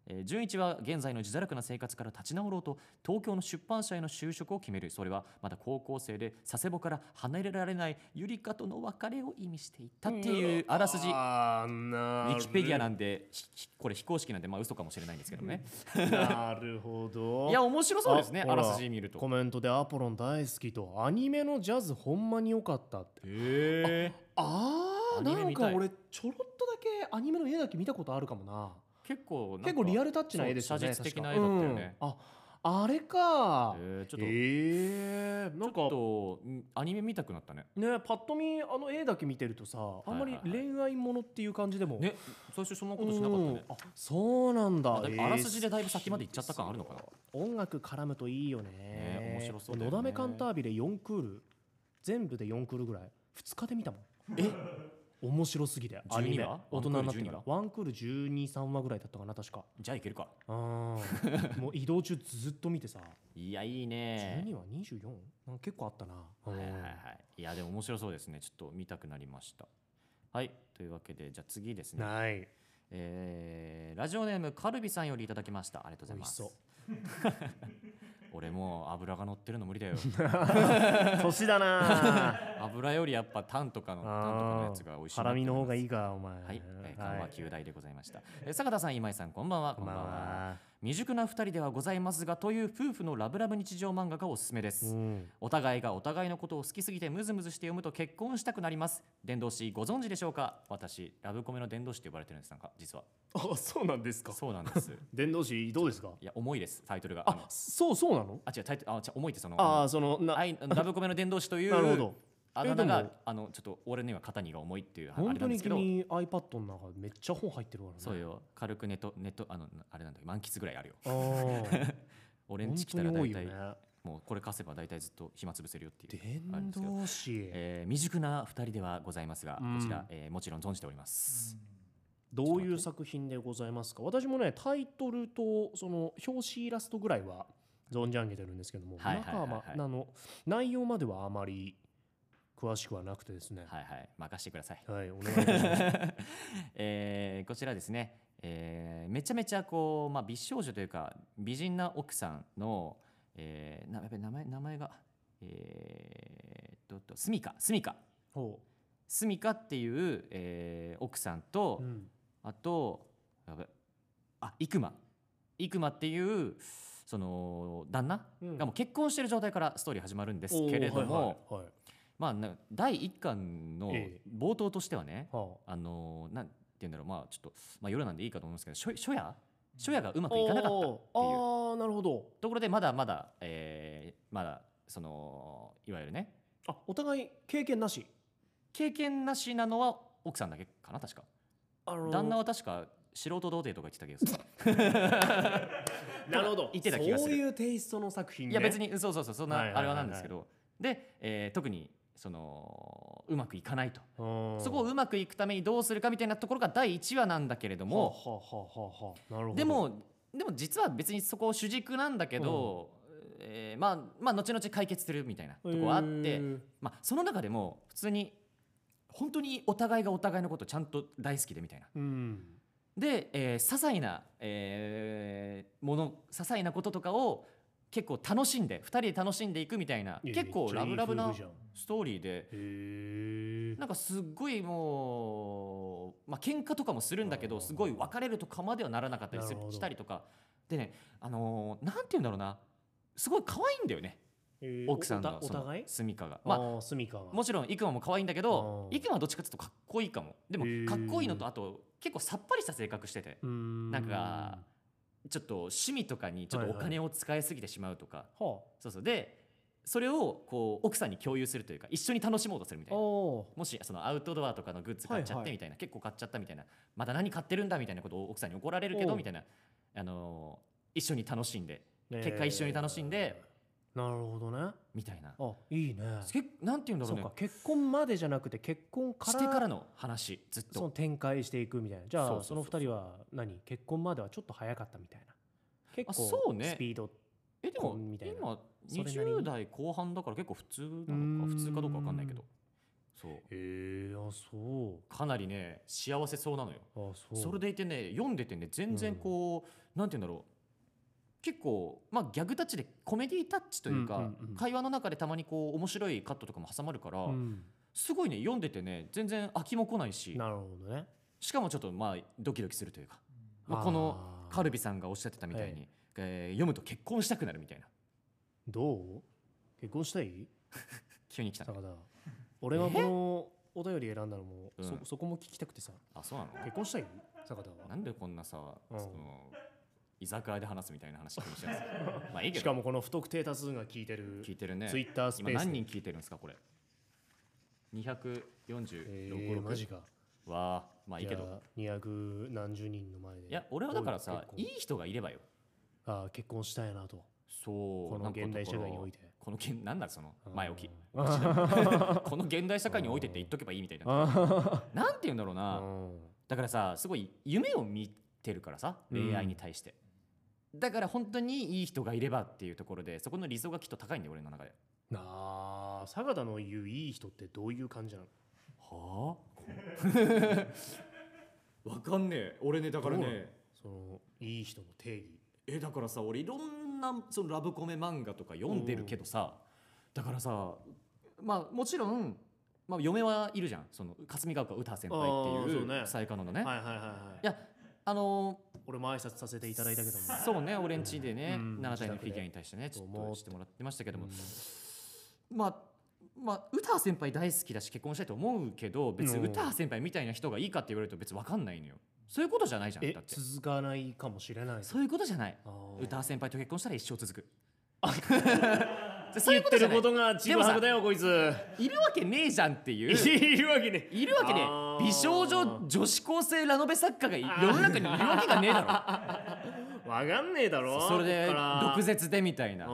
えー純一は現在の自堕落な生活から立ち直ろうと東京の出版社への就職を決めるそれはまだ高校生で佐世保から離れられないゆりかとの別れを意味していたっていうあらすじウあーなるィキペディアなんでひひこれ非公式なんでまあ嘘かもしれないんですけどねなるほどいや面白そうですねほあらすじ見るとコメントでアポロン大好きとアニメのジャズほんまに良かったってへえあアーニなメん見たかい俺ちょろっとだけアニメの絵だけ見たことあるかもな結構なんか結構リアルタッチな絵ですよねそう写実的な絵確だかったよねうんああれかえーちょっとえー、なんちかょっとんアニメ見たくなったねねパッと見あの絵だけ見てるとさあんまりはいはいはい恋愛ものっていう感じでもね最初そんなことしなかったねうんあそうなんだあだいぶあらすじでだいぶ先まで行っちゃった感あるのかな音楽絡むといいよねね面白そうだよのねだめカンタービレ4クール全部で4クールぐらい2日で見たもんえ面白すぎてアニメ12話大人になってかワンクールらワン12話クール123話ぐらいだったかな確かじゃあいけるか あーもう移動中ずっと見てさいやいいね12話 24? なんか結構あったな、はいはいはいはうんいいやでも面白そうですねちょっと見たくなりましたはいというわけでじゃあ次ですねないえーラジオネームカルビさんよりいただきましたありがとうございます美味し俺もう油が乗ってるの無理 だよ年だ な油よりやっぱタンとかのタンとかのやつが美味しいハラミの方がいいいかお前はい、えー、緩和9大でございました、えー坂田さん今井さんこんばんはこんばんは未熟な2人ではございますがという夫婦のラブラブ日常漫画がおすすめです、うんお互いがお互いのことを好きすぎてムズムズして読むと結婚したくなります伝道師ご存知でしょうか私ラブコメの伝道師と呼ばれてるんですなんか 実はあそうなんですかそうなんです伝道師どうですかいや重いですタイトルがあのあそうそうなのあ違うタイトルあ違う重いってそのああそのな愛ラブコメの伝道師という なるほどあだ名えでがもあのちょっと俺には肩にが重いっていうあれな本当んでにすけど君 iPad の中めっちゃ本入ってるからねそうよ軽くネットネットあのあれなんだよ満喫ぐらいあるよあ ー俺ん本ち来当たらに多大いよ体、ねもうこれ貸せば大体ずっと暇つぶせるよっていうあるん伝ですけど道師えー未熟な2人ではございますが、うんこちら、えーもちろん存じております、どういう作品でございますか私もねタイトルとその表紙イラストぐらいは存じ上げてるんですけどもはいはい中はいはいはまあの内容まではあまり詳しくはなくてですねはいはい任してください、はいお願いいた しますえーこちらですね、えーめちゃめちゃこう、まあ、美少女というか美人な奥さんの、えーなやべ名前名前がえーっとえっとスミカスミカほスミカっていう、えー奥さんうと、うんあとやべあイクマイクマっていうその旦那うんがもう結婚してる状態からストーリー始まるんですおーけれども、はいはいはいまあな第1巻のええ冒頭としてはね、はあのーなんて言うんだろうまあちょっと、まあ、夜なんでいいかと思うんですけど初初夜初夜がうまあくいかなかったっていうおーあーなるほどところでまだまだ、えーまだそのいわゆるねあお互い経験なし経験なしなのは奥さんだけかな確かあの旦那は確か素人童貞とか言ってたけど さなるほど言ってた気がするそういうテイストの作品、ね、いや別ににそうそうそうそんなはいはいあはいれははいなんですけど、で、えー特にそのうまくいかないと、そそこをうまくいくためにどうするかみたいなところが第1話なんだけれどもも、はあはあはあはあなるほどでもでも実は別にそこを主軸なんだけど、えーまあまあ後々解決するみたいなとこはあって、へーまあ、その中でも普通に本当にお互いがお互いのことちゃんと大好きでみたいな。うんで、えー、些細な、えーもの些細なこととかを結構楽しんで2人で楽しんでいくみたいないや結構ラブラブめなっちゃいい夫ストーリーで婦じゃんへえなんかすっごいもうまあ喧嘩とかもするんだけあどーすごい別れるとかまではならなかったりするなるほどしたりとかでねあのーなんて言うんだろうなすごい可愛いんだよね奥さんのおおその互い住川が。まあまあ住みかはもちろんイクマも可愛いんだけどあーイクマはどっちかっていうとかっこいいかもでもへーかっこいいのとあと結構さっぱりした性格しててうーんなんかちょっと趣味とかにちょっとおはい金を使いすぎてしまうとか、はそうそうでそれをこう奥さんに共有するというか一緒に楽しもうとするみたあいなおもしそのアウトドアとかのグッズ買っちゃはっいはていみたいな、結構買っちゃったみたいなまた何買ってるんだみたいなことを奥さんに怒られるけどおうみたいな、あのー一緒に楽しんでー結果一緒に楽しんでえーなるほどねみたいなあいいねけなんて言うんだろそううねか結婚までじゃなくて結婚からしてからの話ずっそのと展開していくみたいなじゃあそそうそうそうの二人は何結婚まではちょっと早かったみたいな結構そうねスピードえでもみたいな今それなりに20代後半だから結構普通なうのーかん普通かどうか分かんないけどそうへえあそうかなりね幸せそうなのよあそうそれでいてね読んでてね全然こう、なんて言うんだろう結構、まあ、ギャグタッチでコメディタッチというか、うんうんうん会話の中でたまにこう面白いカットとかも挟まるから、うんすごいね読んでてね全然飽きも来ないしなるほどねしかもちょっとまあドキドキするというか、まあ、あーこのカルビさんがおっしゃってたみたいに、はえー読むと結婚したくなるみたいなどう結婚したい急に来たね坂田俺がこのお便り選んだのも、うんそそこも聞きたくてさあそうなの結婚したい坂田はなんでこんなさ、うんその居酒屋で話すみたいな話気にしてるんです かまあいいけしかどもこの不特定多数が聞いてる聞いてるねツイッタース今ペース何で人聞いてるんですかこれ246、えー、マジかわあまあいいけじゃどあ二百何十人の前でいや俺はだからさこういうい人がいればよ結婚あー結婚したいなとそうこのなんか現代だ社から会においてこの現なんだそのうん前置きうん この現代社会においてって言っとけばいいみたいななんて言うんだろうなだからさすごい夢を見てるからさうん恋愛に対して、だから本当にいい人がいればっていうところでそこの理想がきっと高いんだよ俺の中でなあ坂田の言ういい人ってどういう感じなのはあ わかんねえ俺ねだからどうなのねそのいい人の定義えだからさ俺いろんなそのラブコメ漫画とか読んでるけどさだからさまあもちろん、まあ、嫁はいるじゃんその霞ヶ丘詩先輩あってーいそうねう最下ののねはいはいはいはいいやあのー俺も挨拶させていただいたけどもそうね俺んちでね、うん7体のフィギュアに対してねちょっどうもとしてもらってましたけども、まあまあ詩先輩大好きだし結婚したいと思うけど別うにん詩先輩みたいな人がいいかって言われると別に分かんないのよそういうことじゃないじゃんえだって続かないかもしれないそういうことじゃないあー歌先輩と結婚したら一生続く。 そうい言うっこてとじゃるないことがちぐはぐだよこいついるわけねえじゃんっていう。いるわけねいるわけねあえー美少女女子高生ラノベ作家が世の中にいるわけがねえだわかんねえだろろそれでこっから毒舌でみたいなうん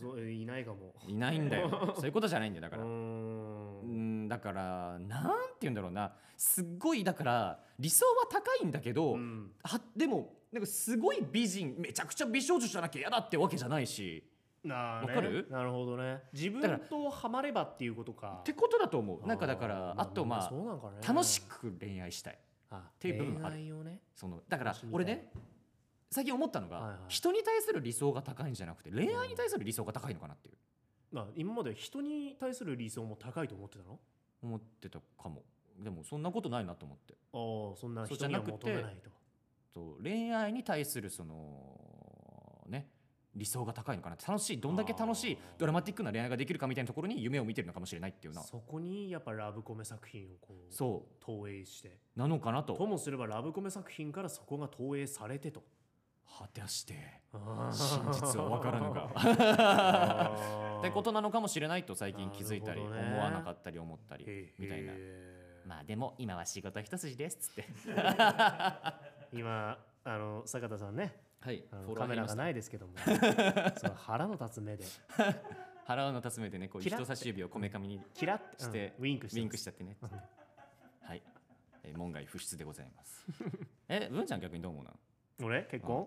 そういないかもいないん だよそういうことじゃないんだよだかうらうんんだからなんて言うんだろうなすっごいだから理想は高いんだけど、うんはでもなんかすごい美人めちゃくちゃ美少女じゃなきゃ嫌だってわけじゃないしなあねわかるなるほどね自分だからとハマればっていうことかってことだと思うなんかだからーあとまあそうなんかね楽しく恋愛したいっていう部分もある恋愛をねそのだから楽しみたい俺ね最近思ったのが、はいはい人に対する理想が高いんじゃなくて恋愛に対する理想が高いのかなっていうまあ今まで人に対する理想も高いと思ってたの思ってたかもでもそんなことないなと思ってああそんなそう人にはじゃなく求てめないとと恋愛に対するそのね理想が高いのかなって楽しいどんだけ楽しいあードラマティックな恋愛ができるかみたいなところに夢を見てるのかもしれないっていうなそこにやっぱラブコメ作品をこうそ投影してうなのかなとともすればラブコメ作品からそこが投影されてと果たして真真実は分からぬ かってことなのかもしれないと最近気づいたりなる思ほどねわなかったり思ったりみたいななまあでも今は仕事一筋ですっつって今あの坂田さんねはいあのフォロカワーメ減りラまがしたないですけど もその腹の立つ目で腹をのたすめでねこうキラッ人差し指をこめかみにキラッてしてうんウィンクしウてィンまクしすちゃってねっつってはいえー門外不出でございますえ文ちゃん逆にどう思うな俺結婚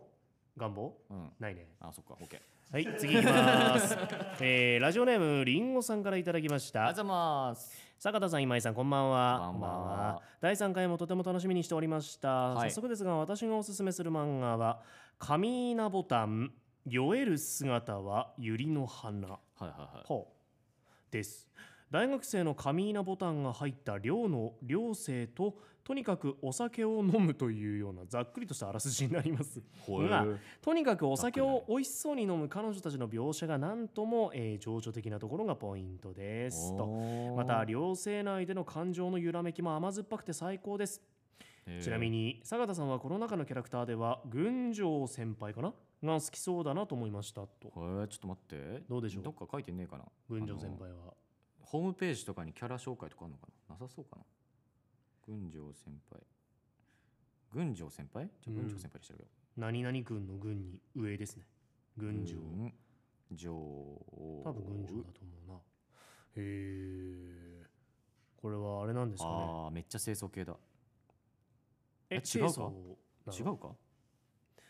願望のうんないねあそっか OK はい次いきます えーラジオネームりんごさんからいただきましあたりがとうございます坂田さん今井さんこんばんはこんばんは第3回もとても楽しみにしておりました、い早速ですが私がおすすめする漫画は「神稲ボタン酔える姿は百合の花」はいはいはいほうです大学生の上稲ボタンが入った寮の寮生ととにかくお酒を飲むというようなざっくりとしたあらすじになりますほえがとにかくお酒ざっをく美味しそうに飲む彼女たちの描写がなんとも、えー情緒的なところがポイントですとおーまた寮生内での感情の揺らめきも甘酸っぱくて最高ですへーちなみに坂田さんはこの中のキャラクターでは群青先輩かなが好きそうだなと思いましたとへーちょっと待ってどうでしょうどっか書いてねえかな群青先あの輩はホームページとかにキャラ紹介とかあるのかななさそうかな群青先輩群青先輩じゃあうん群青先輩にしてるよ何々軍の軍に上ですね軍上上多分軍上だと思うなへえこれはあれなんですかねああめっちゃ清掃系だえ違うか清楚なの違うか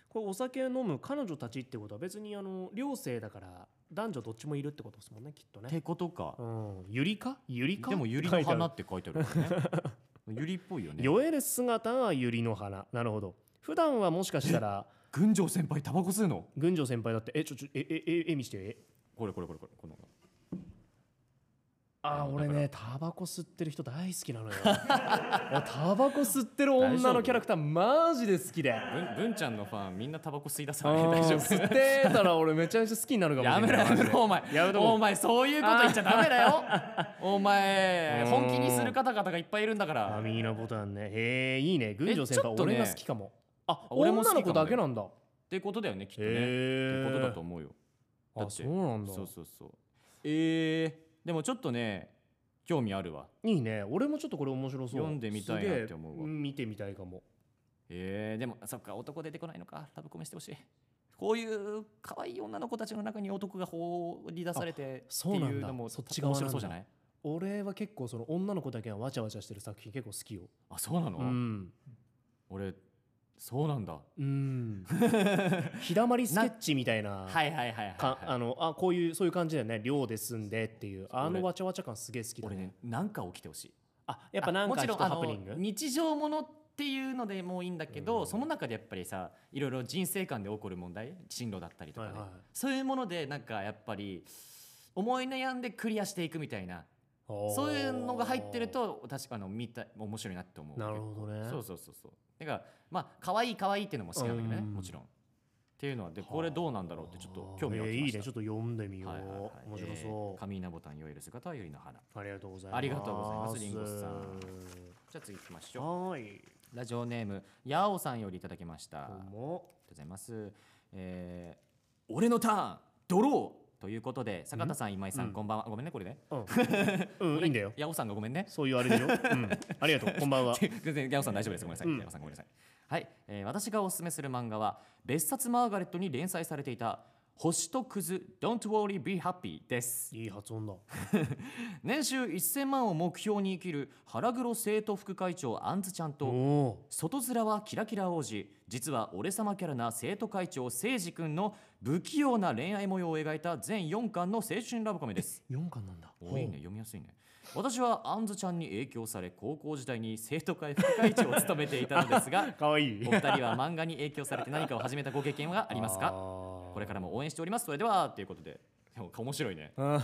これお酒飲む彼女たちってことは別にあの寮生だから男女どっちもいるってことですもんねきっとっねてことかうんゆりかゆりかでもゆり書のいてある花って書いてあるからね ゆりっぽいよ ね酔える姿が百合の花なるほど普段はもしかしたら群青先輩タバコ吸うの群青先輩だってえちょちょええええ見してえこれこれこれこれこのあー俺ねタバコ吸ってる人大好きなの よ俺タバコ吸ってる女のキャラクターマジで好きでぶんぶんちゃんのファンみんなタバコ吸い出さあないー大丈夫吸ってたら俺めちゃめちゃ好きになるかもしやれめなろいやめろお前やめとこうお前そういうこと言っちゃダメだよお前うん本気にする方々がいっぱいいるんだかあら右のボタンねへえいいね群青先えちょ輩っとね俺が好きかもあ俺俺も好き女かもの子だけなんだってことだよねきっとねってへえことだと思うよだあってそうなんだそうそうそうえー、でもちょっとね興味あるわいいね俺もちょっとこれ面白そう読んでみたいなって思うわすげえん見てみたいかもえー、でもそっか男出てこないのかラブコメしてほしいこういう可愛い女の子たちの中に男が放り出されてってそうなんだいうのもそっち面側なんだ白そうじゃない俺は結構その女の子だけがわちゃわちゃしてる作品結構好きよあそうなの、うん俺そうなんだうん 日だまりスケッチみたいなはいはいはいはい、はい、かあのあこういうそういう感じだよね寮で住んでっていうあ俺のわちゃわちゃ感すげえ好きだ俺ねねなんか起きてほしいあやっぱなんあもかちちょろっんとあハのプニング日常ものっていうのでもいいんだけど、うんその中でやっぱりさいろいろ人生観で起こる問題進路だったりとかね、はいはいそういうものでなんかやっぱり思い悩んでクリアしていくみたいなそういうのが入ってると確かあの見た面白いなって思うなるほどねそうそうそうそうだからまあ可愛い可愛いっていうのも好きなんだけどね、うんもちろんっていうのはでこれどうなんだろうってちょっと興味あをー持えちーまいいしたねちょっと読んでみよう、はいはいはい面白そえーカミーナボタン酔える姿はゆりの花う、ありがとうございますありがとうございますリンゴさんじゃあ次行きましょはーいうラジオネームヤオさんよりいただきましたあどりがうとうもございます、えー、俺のターンドローということで坂田さん今井さん、うんこんばんはごめんねこれねうん、うん、いいんだよヤオさんがごめんね そういうあれでしょ、うん、ありがとうこんばんは全然ギャオさん大丈夫ですごめんなさい、うんギャオさんごめんなさいはい、えー、私がおすすめする漫画は別冊マーガレットに連載されていた星とクズ Don't worry be happy ですいい発音だ年収1000万を目標に生きる腹黒生徒副会長アンズちゃんおとお外面はキラキラ王子実は俺様キャラな生徒会長誠司君の不器用な恋愛模様を描いた全4巻の青春ラブコメですー4巻なんだおいいね読みやすいね私はあんずちゃんに影響され高校時代に生徒会副会長を務めて いたのですがかわいいお二人は漫画に影響されて何かを始めたご経験はありますかここれからも応援しておりますそれではということででも面白いねま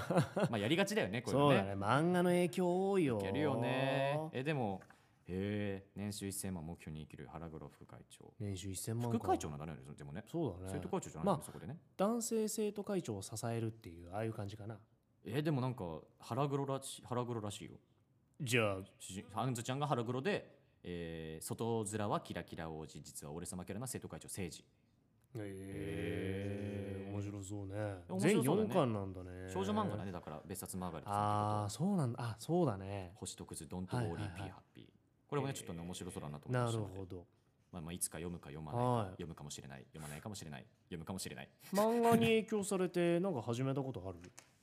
あやりがちだよ ねこれそうだねね漫画の影響多いよやるよねえでもへえ年収1000万目標に生きる腹黒副会長年収1000万か副会長なんだねでもねそうだね生徒会長じゃないのまあそこでね男性生徒会長を支えるっていうああいう感じかなえでもなんか腹黒らし腹黒らしいよじゃあ主人あんずちゃんが腹黒で、えー外面はキラキラ王子実は俺様キャラな生徒会長政治、えへー面白そうね面白全そうだね4巻なんだね少女漫画だねだから別冊マーガレットさんああそうなんだあそうだね星とクズドントボーリーはいはいはいピーハッピーこれもねちょっとね面白そうだなと思いなまるしたのでほどまあ、まあいつか読むか読まないかはい読むかもしれない読まないかもしれない読むかもしれない漫画に影響されてなんか始めたことある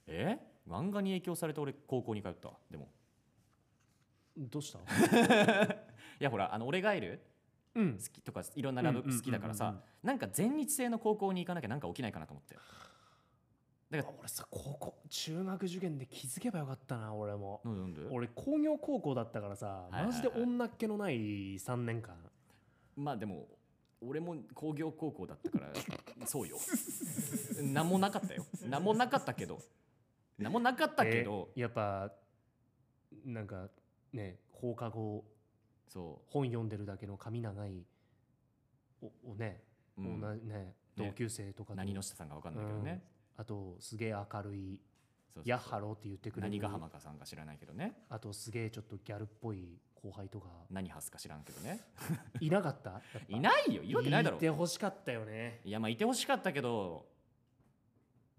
えー漫画に影響されて俺高校に通ったでもどう したいやほらあの俺がいるうん好きとかいろんなラブうんうんうんうんうん好きだからさなんか全日制の高校に行かなきゃなんか起きないかなと思ってあ俺さ高校中学受験で気づけばよかったな俺もなんでなんで俺工業高校だったからさいはいはいマジで女っ気のない3年間まあでも俺も工業高校だったからそうよ何もなかったよ何もなかったけど何もなかったけど、えやっぱなんかね放課後そ本読んでるだけの髪長いおおね、う、うん同じねね同級生とかと何の下さんか分かんないけどね、あとすげえ明るいそうそうそうヤッハローって言ってくれ何るが浜かさんか知らないけどねあとすげえちょっとギャルっぽい後輩 とか何はすか知らんけどねいなかったやっぱいないよいるわけないだろてほしかったよねいやまあいてほしかったけど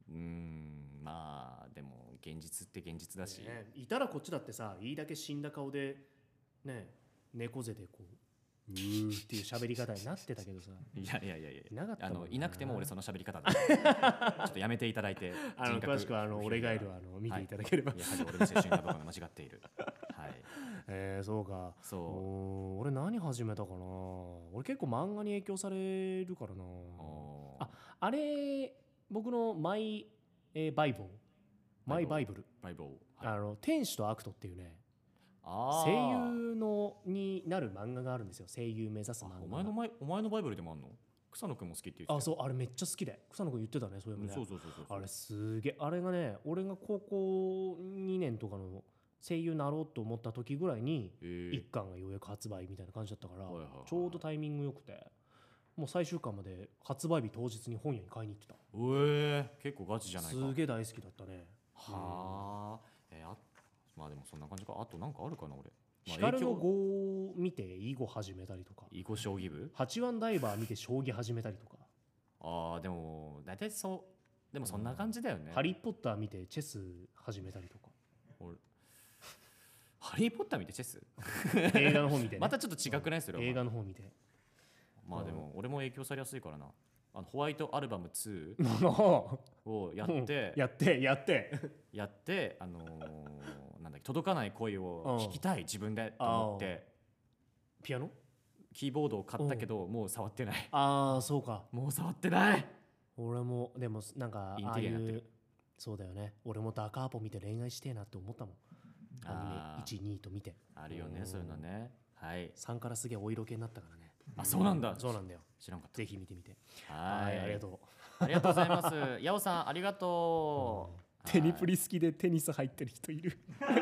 うーんまあでも現実って現実だし、ねいたらこっちだってさいいだけ死んだ顔でね猫背でこううーっていう喋り方になってたけどさ いやいやいやいやいなかったあもんのいなくても俺その喋り方だちょっとやめていただいて あの人格詳しくはあの不評俺がいがるあの見ていただければ、やはり俺の青春ラブコメ間違っ ている。はい。えー、そうかうーそん俺何始めたかな俺結構漫画に影響されるからなう。おーああれ僕のマイ、えーバイブルマイバイブル、バイブル。はいあの天使と悪とっていうねあ声ー優のになる漫画があるんですよ声優目指す漫画お前のマイお前のバイブルでもあんの？草野くんも好きって言ってたよあそうあれめっちゃ好きで草野君言ってたねそういうのうんねそうそうそうそうあれすげえあれがね俺が高校2年とかの声優になろうと思った時ぐらいにえー一巻がようやく発売みたいな感じだったから、はいはいはいちょうどタイミング良くてもう最終巻まで発売日当日に本屋に買いに行ってたうえー結構ガチじゃないかすげえ大好きだったねはあ、えーあまあでもそんな感じかあとなんかあるかな俺、まあ、光の影響碁を見て囲碁始めたりとか囲碁将棋部八番ダイバー見て将棋始めたりとか、ああでも大体そうでもそんな感じだよね、ハリー・ポッター見てチェス始めた りとか俺ハリー・ポッター見てチェス映画の方見て、ね、またちょっと違くないそれは映画の方見 てまあでも俺も影響されやすいからなあのホワイトアルバム2をやって やってやってやってあのーなんだっけ届かない恋を聞きたい自分でと思ってピアノキーボードを買ったけどもう触ってないああそうかもう触ってない俺もでもなんかインああテいリアになってるうそうだよね俺もダカーポ見て恋愛してえなって思ったもんアあーニメ12と見てあるよねうんそういうのねはい3からすげえお色気になったからねあそうなんだそうなんだよ知らんかっぜひ見てみてたははいいありがうとうありがとうございますヤオさんありがとうテニプリリ好きでテニス入ってる人いる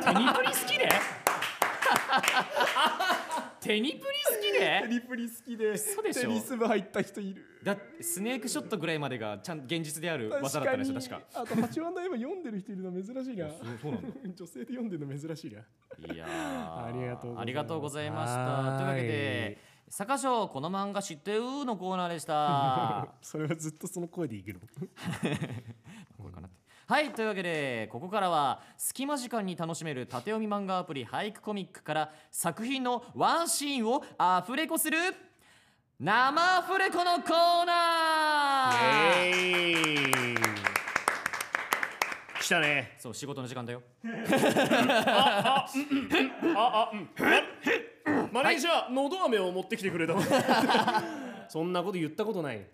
テニプリ好きで テニプリ好きでニプリ好きで嘘でしょ部入った人いるだってスネークショットぐらいまでがちゃん現実である技だったんですよ確かあと八番台今読んでる人いるの珍しいなそうなんだ 女性で読んでるの珍しいないやーありがとうございますありがはいとうございましたというわけで「坂賞この漫画知ってう」のコーナーでした それはずっとその声でいくのこれかなってはいというわけでここからは隙間時間に楽しめる縦読み漫画アプリ「俳句コミック」から作品のワンシーンをアフレコする生アフレコのコーナー、イ来たねそう仕事の時間だよマネージャー、のど飴を持ってきてくれた そんなこと言ったことないはい、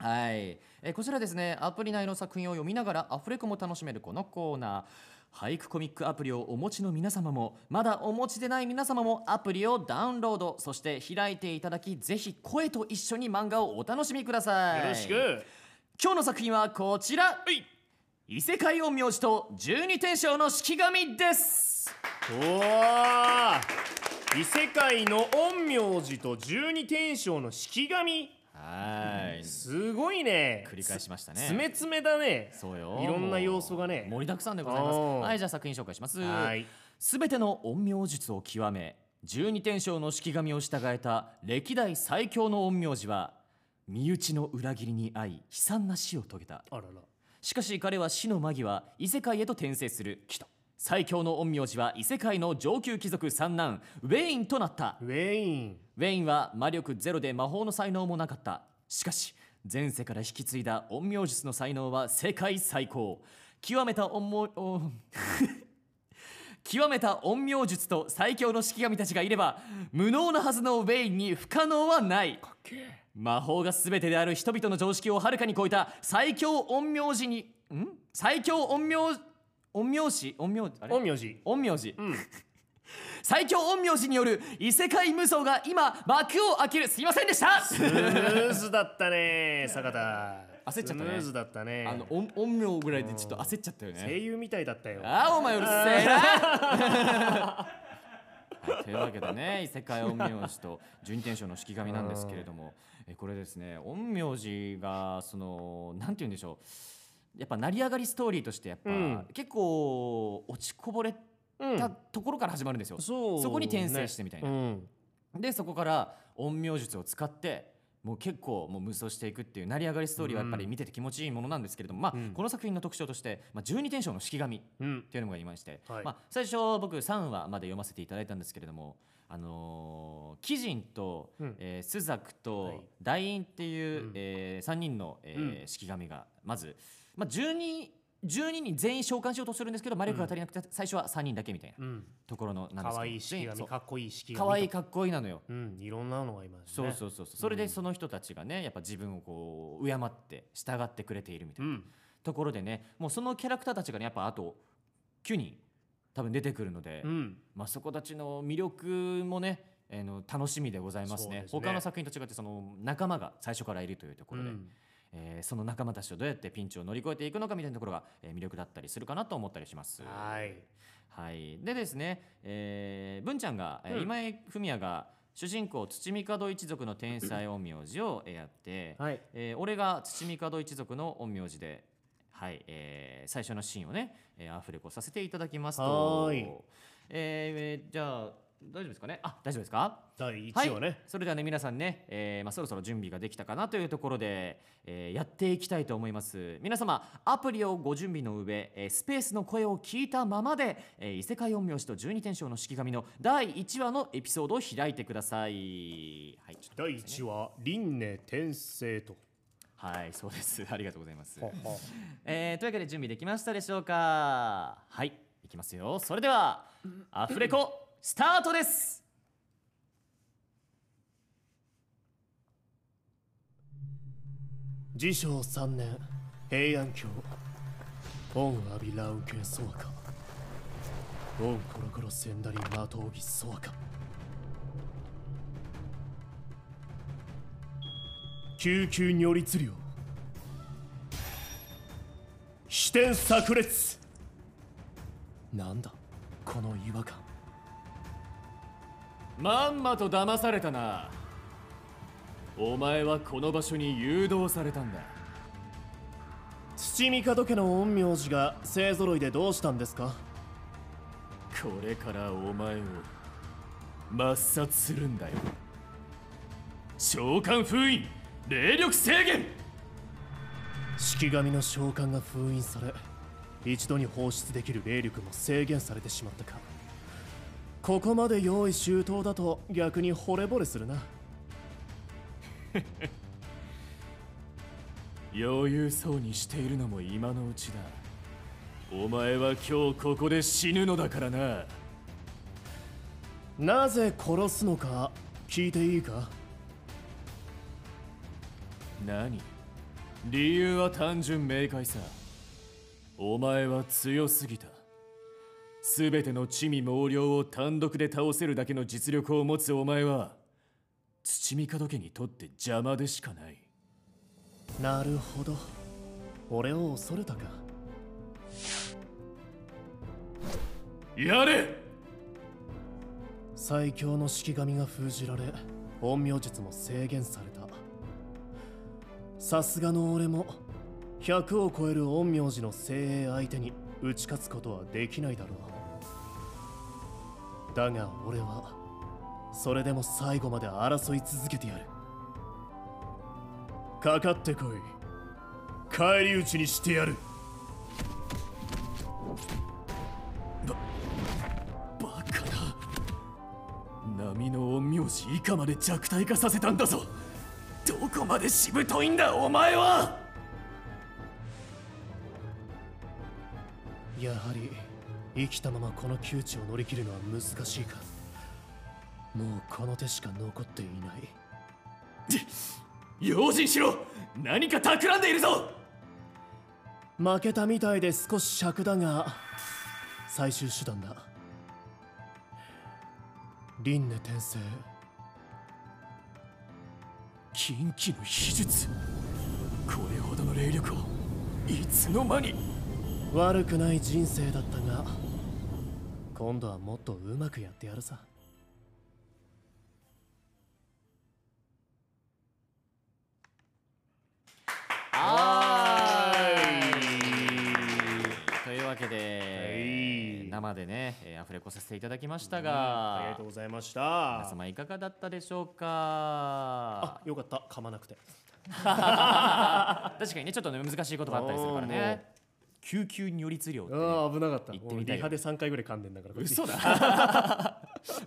えーこちらですねアプリ内の作品を読みながらアフレコも楽しめるこのコーナー俳句コミックアプリをお持ちの皆様もまだお持ちでない皆様もアプリをダウンロードそして開いていただきぜひ声と一緒に漫画をお楽しみくださいよろしく今日の作品はこちら異世界陰陽師と十二天章の式神ですおー異世界の陰陽師と十二天章の式神はいすごいね繰り返しましたねつ爪爪だねそうよいろんな要素がねもう盛りだくさんでございますおーはいじゃあ作品紹介しますはいすべての陰陽術を極め十二天章の式神を従えた歴代最強の陰陽師は身内の裏切りに遭い悲惨な死を遂げたあららしかし彼は死の間際異世界へと転生する最強の陰陽師は異世界の上級貴族三男ウェインとなったウェインウェインは魔力ゼロで魔法の才能もなかったしかし前世から引き継いだ陰陽術の才能は世界最高極めた陰陽 お極めた陰陽術と最強の式神たちがいれば無能なはずのウェインに不可能はない魔法が全てである人々の常識をはるかに超えた最強陰陽師にん最強陰陽陰陽師陰陽あれ陰陽師陰陽師、 最強陰陽師による異世界無双が今幕を開けるすいませんでしたスムーズだったね坂田焦っちスゃったねムーズだったねあのお陰陽ぐらいでちょっと焦っちゃったよ声ね優みたいだったよああお前うるせえなはいというわけでね異世界陰陽師と準天章の式神なんですけれどもえこれですね陰陽師がそのなんて言うんでしょうやっぱ成り上がりストーリーとしてやっぱ、うん結構落ちこぼれうんたところから始まるんですよ、そうそこに転生してみたいなねうんでそこから陰陽術を使ってもう結構もう無双していくっていう成り上がりストーリーはやっぱり見てて気持ちいいものなんですけれども、まあうんこの作品の特徴として、まあ、12天章の式神っうんていうのがいまして、はいまあ、最初僕3話まで読ませていただいたんですけれどもあのー、鬼人と、うんえー、朱雀と、はい大院っていう、うんえー、3人の、えー式神がまず、まあ、12, 12人全員召喚しようとするんですけど魔力が足りなくて、最初は3人だけみたいなうんところのなんですけど可愛い式そう紙かっこいい式紙可愛いかっこいいなのよ。うんいろんなのがいますそうねそうそうそう、それでその人たちがねやっぱ自分をこう敬って従ってくれているみたいなうんところでねもうそのキャラクターたちがねやっぱあと9人多分出てくるので、うんまあ、そこたちの魅力もねあの楽しみでございますそうねですね他の作品と違ってその仲間が最初からいるというところで、うんえーその仲間たちとどうやってピンチを乗り越えていくのかみたいなところが、えー魅力だったりするかなと思ったりします。はいはい、でですね、えー文ちゃんが、えーうん今井文也が主人公土御門一族の天才陰陽師をえーやって、はいえー俺が土御門一族の陰陽師で、はいえー最初のシーンをね、えーアフレコさせていただきますとはーいえーえーじゃあ大丈夫ですかねあ大丈夫ですか第一話はいね、、それではね皆さんね、えーまあ、そろそろ準備ができたかなというところで、えーやっていきたいと思います皆様アプリをご準備の上、えースペースの声を聞いたままで、えー異世界陰陽師と十二天章の式神の第1話のエピソードを開いてくださいはいちょっと第一話輪廻転生とはいそうです ありがとうございますは、はえーというわけで準備できましたでしょうかはいいきますよそれではアフレコスタートです治承三年平安京御阿弥羅受けそわか御コロコロせんだりまとうぎそわか救急如律令飛天炸裂なんだこの違和感まんまと騙されたなお前はこの場所に誘導されたんだ土御門家の陰陽師が勢ぞろいでどうしたんですかこれからお前を抹殺するんだよ召喚封印霊力制限式神の召喚が封印され一度に放出できる霊力も制限されてしまったかここまで用意周到だと逆に惚れ惚れす るな余裕そうにしているのも今のうちだお前は今日ここで死ぬのだからななぜ殺すのか聞いていいか何理由は単純明快さお前は強すぎた全ての地味猛量を単独で倒せるだけの実力を持つお前は土御門家にとって邪魔でしかないなるほど俺を恐れたかやれ最強の式神が封じられ陰陽術も制限されたさすがの俺も100を超える陰陽師の精鋭相手に打ち勝つことはできないだろうだが俺はそれでも最後まで争い続けてやるかかってこい返り討ちにしてやるバカな波の陰陽師以下まで弱体化させたんだぞどこまでしぶといんだお前はやはり生きたままこの窮地を乗り切るのは難しいかもうこの手しか残っていない用心しろ何か企んでいるぞ負けたみたいで少し尺だが最終手段だ輪廻転生近畿の秘術これほどの霊力をいつの間に悪くない人生だったが今度はもっとうまくやってやるさというわけで、はい生でねえーアフレコさせていただきましたありががとうございまし皆た様いかがだったでしょうかあよかった噛まなくて 確かにねちょっとね難しいことがあったりするからね救急如律令ってね、ああ危なかった行ってみたいリよハで3回ぐらい噛んでんだから嘘だ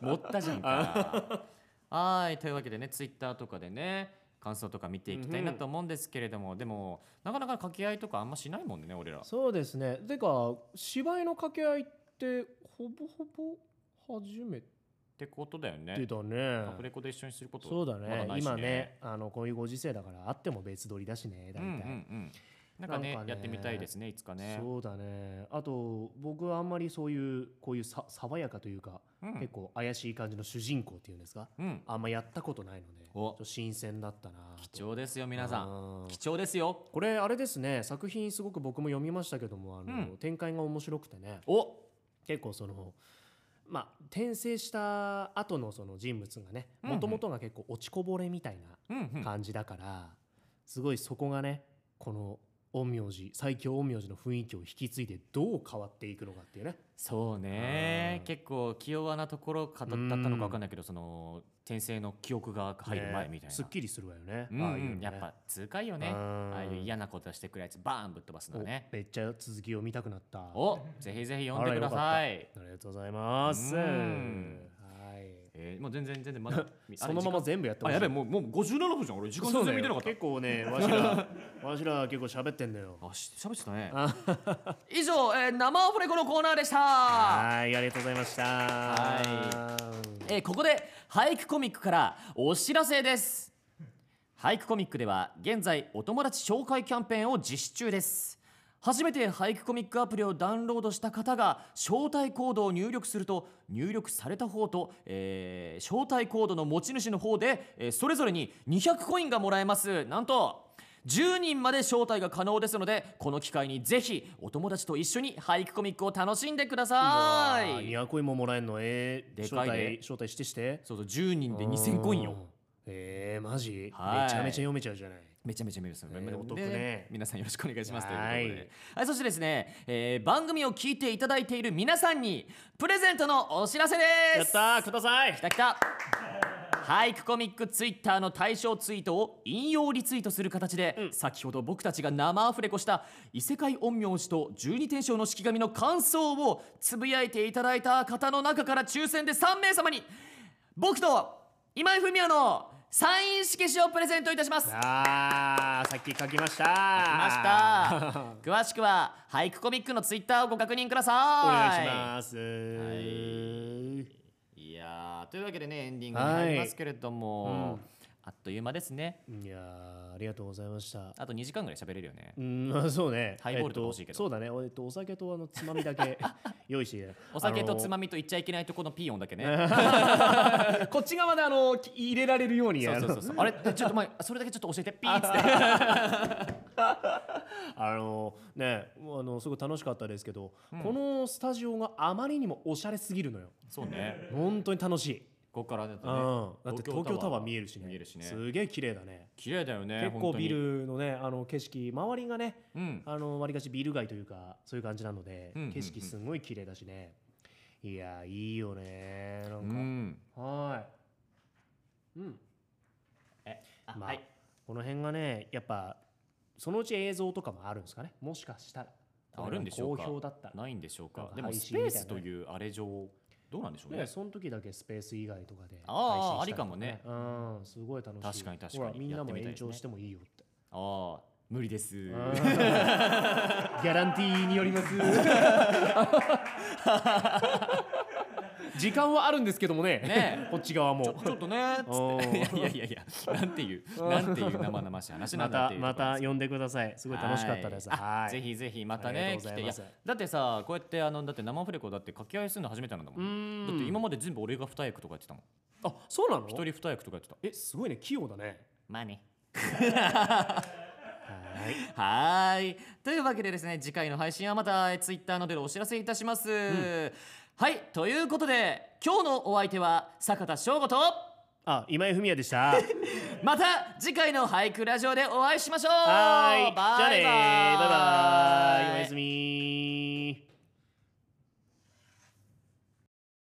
持ったじゃんかはいというわけでねツイッターとかでね感想とか見ていきたいなと思うんですけれども、でもなかなか掛け合いとかあんましないもんね俺らそうですねてか芝居の掛け合いってほぼほぼ初めってことだよねてだねアフレコで一緒にすることそうだまねないし今ねあのこういうご時世だからあっても別撮りだしねう大体、んうんうんなんかねなんかねやってみたいですねいつかねそうだねあと僕はあんまりそういうこういうさ爽やかというか、うん結構怪しい感じの主人公っていうんですかうんあんまやったことないのでちおょっと新鮮だったな貴重ですよ皆さうんん貴重ですよこれあれですね作品すごく僕も読みましたけどもあの、うん展開が面白くてねお結構そのまあ転生した後のその人物がねうんうんもともとが結構落ちこぼれみたいなうんうん感じだから、すごいそこがねこの陰陽師最強陰陽師の雰囲気を引き継いでどう変わっていくのかっていうねそうねうん結構気弱なところかだだったのかわかんないけどその転生の記憶が入る前みねたいなすっきりするわよね、うんああいうのうんねやっぱ痛快よねうんああいう嫌なことしてくるやつバーンぶっ飛ばすのおはねめっちゃ続きを見たくなったおぜひぜひ読んでくだあさらいありがとうございますうんはいえーもう全然全然まだ そのままあれ時全部やって間あほしいやべえもうもう57分じゃん俺時間全然見てなかった結構ねわしらわしら結構喋ってんだよあし喋ってたね以上、えー、生オフレコのコーナーでしたはいありがとうございましたはえーここで俳句コミックからお知らせです俳句コミックでは現在お友達紹介キャンペーンを実施中です初めて俳句コミックアプリをダウンロードした方が招待コードを入力すると入力された方と、えー招待コードの持ち主の方で、えーそれぞれに200コインがもらえますなんと10人まで招待が可能ですのでこの機会にぜひお友達と一緒に俳句コミックを楽しんでくださはいいニアコインももらえるのえー、でかいね招待招待してしてそうそう10人で2000コインようんえー、マジ、はいめちゃめちゃ読めちゃうじゃないめちゃめちゃ見ますよ、ねでお得ね皆さんよろしくお願いしますということはいで、はい、そしてですね、えー番組を聞いていただいている皆さんにプレゼントのお知らせですやったーください来た来た俳句コミックツイッターの対象ツイートを引用リツイートする形で、先ほど僕たちが生アフレコした異世界陰陽師と十二天章の式神の感想をつぶやいていただいた方の中から抽選で3名様に僕と今井文也のサイン色紙をプレゼントいたしますあーさっき書きました書きました詳しくは俳句コミックのツイッターをご確認くださ お願いいします、すいやーというわけでねエンディングに入りますけれども、あっという間ですねい、やーありがとうございましたあと2時間ぐらい喋れるよねうんまあそうねハイボールとか欲しいえっけどとそうだねお,、えっと、お酒とあのつまみだ け用意してお酒とつまみみと言っちゃいけないとこのピー音だけ ねこっち側であのき入れられるようにそうそうそうそうあれちょっと前それだけちょっと教えてピーっつってあのねもうあのすごい楽しかったですけど、このスタジオがあまりにもおしゃれすぎるのよそうね本当に楽しい、ここからだうん、とだねって東京タワー見えるしね見えるしねすげえ綺麗だね綺麗だよね結構本当にビルのねあの景色周りがねうんあのわりかしビル街というかそういう感じなので、うんうんうん景色すごい綺麗だしねいやいいよねなんか、うんはい。うん。えあまあ、はいこの辺がね、やっぱそのうち映像とかもあるんですかね。もしかしたら。あるんでしょうか好評だったら。ないんでしょうなんかかでも配ス信ペーみたいなスというあれ上どうなんでしょうねね、その時だけスペース以外とかであー配信したりとありかね。うん、すごい楽しい。確かに確かにほらみんなやってもみたい延ですね長してもいいよ って。ああ無理ですギャランティーによります。時間はあるんですけどもね。ね こっち側も。ちょっとねつ おっていやーいやいやいやなんていうなんていう生々しい話なまんだったていうまところたです呼んでください。すごい楽しかったです。はい。ぜひぜひまたありねがとうご来ざていいまやすだってさこうやってあのだって生アフレコだって掛け合いするの初めてなんだもんだって今まで全部俺が二役とかやってたもんあ、そうなの？一人二役とかやってたえ、すごいね、器用だね。まあねはい。はーいというわけでですね次回の配信はまたえツイッターのでお知らせいたします、はいということで今日のお相手は坂田翔吾と あ、今井文也で した。はーい。また次回の俳句ラジオでお会いしましじょうゃあバイバイねーバイバイ。おやすみ。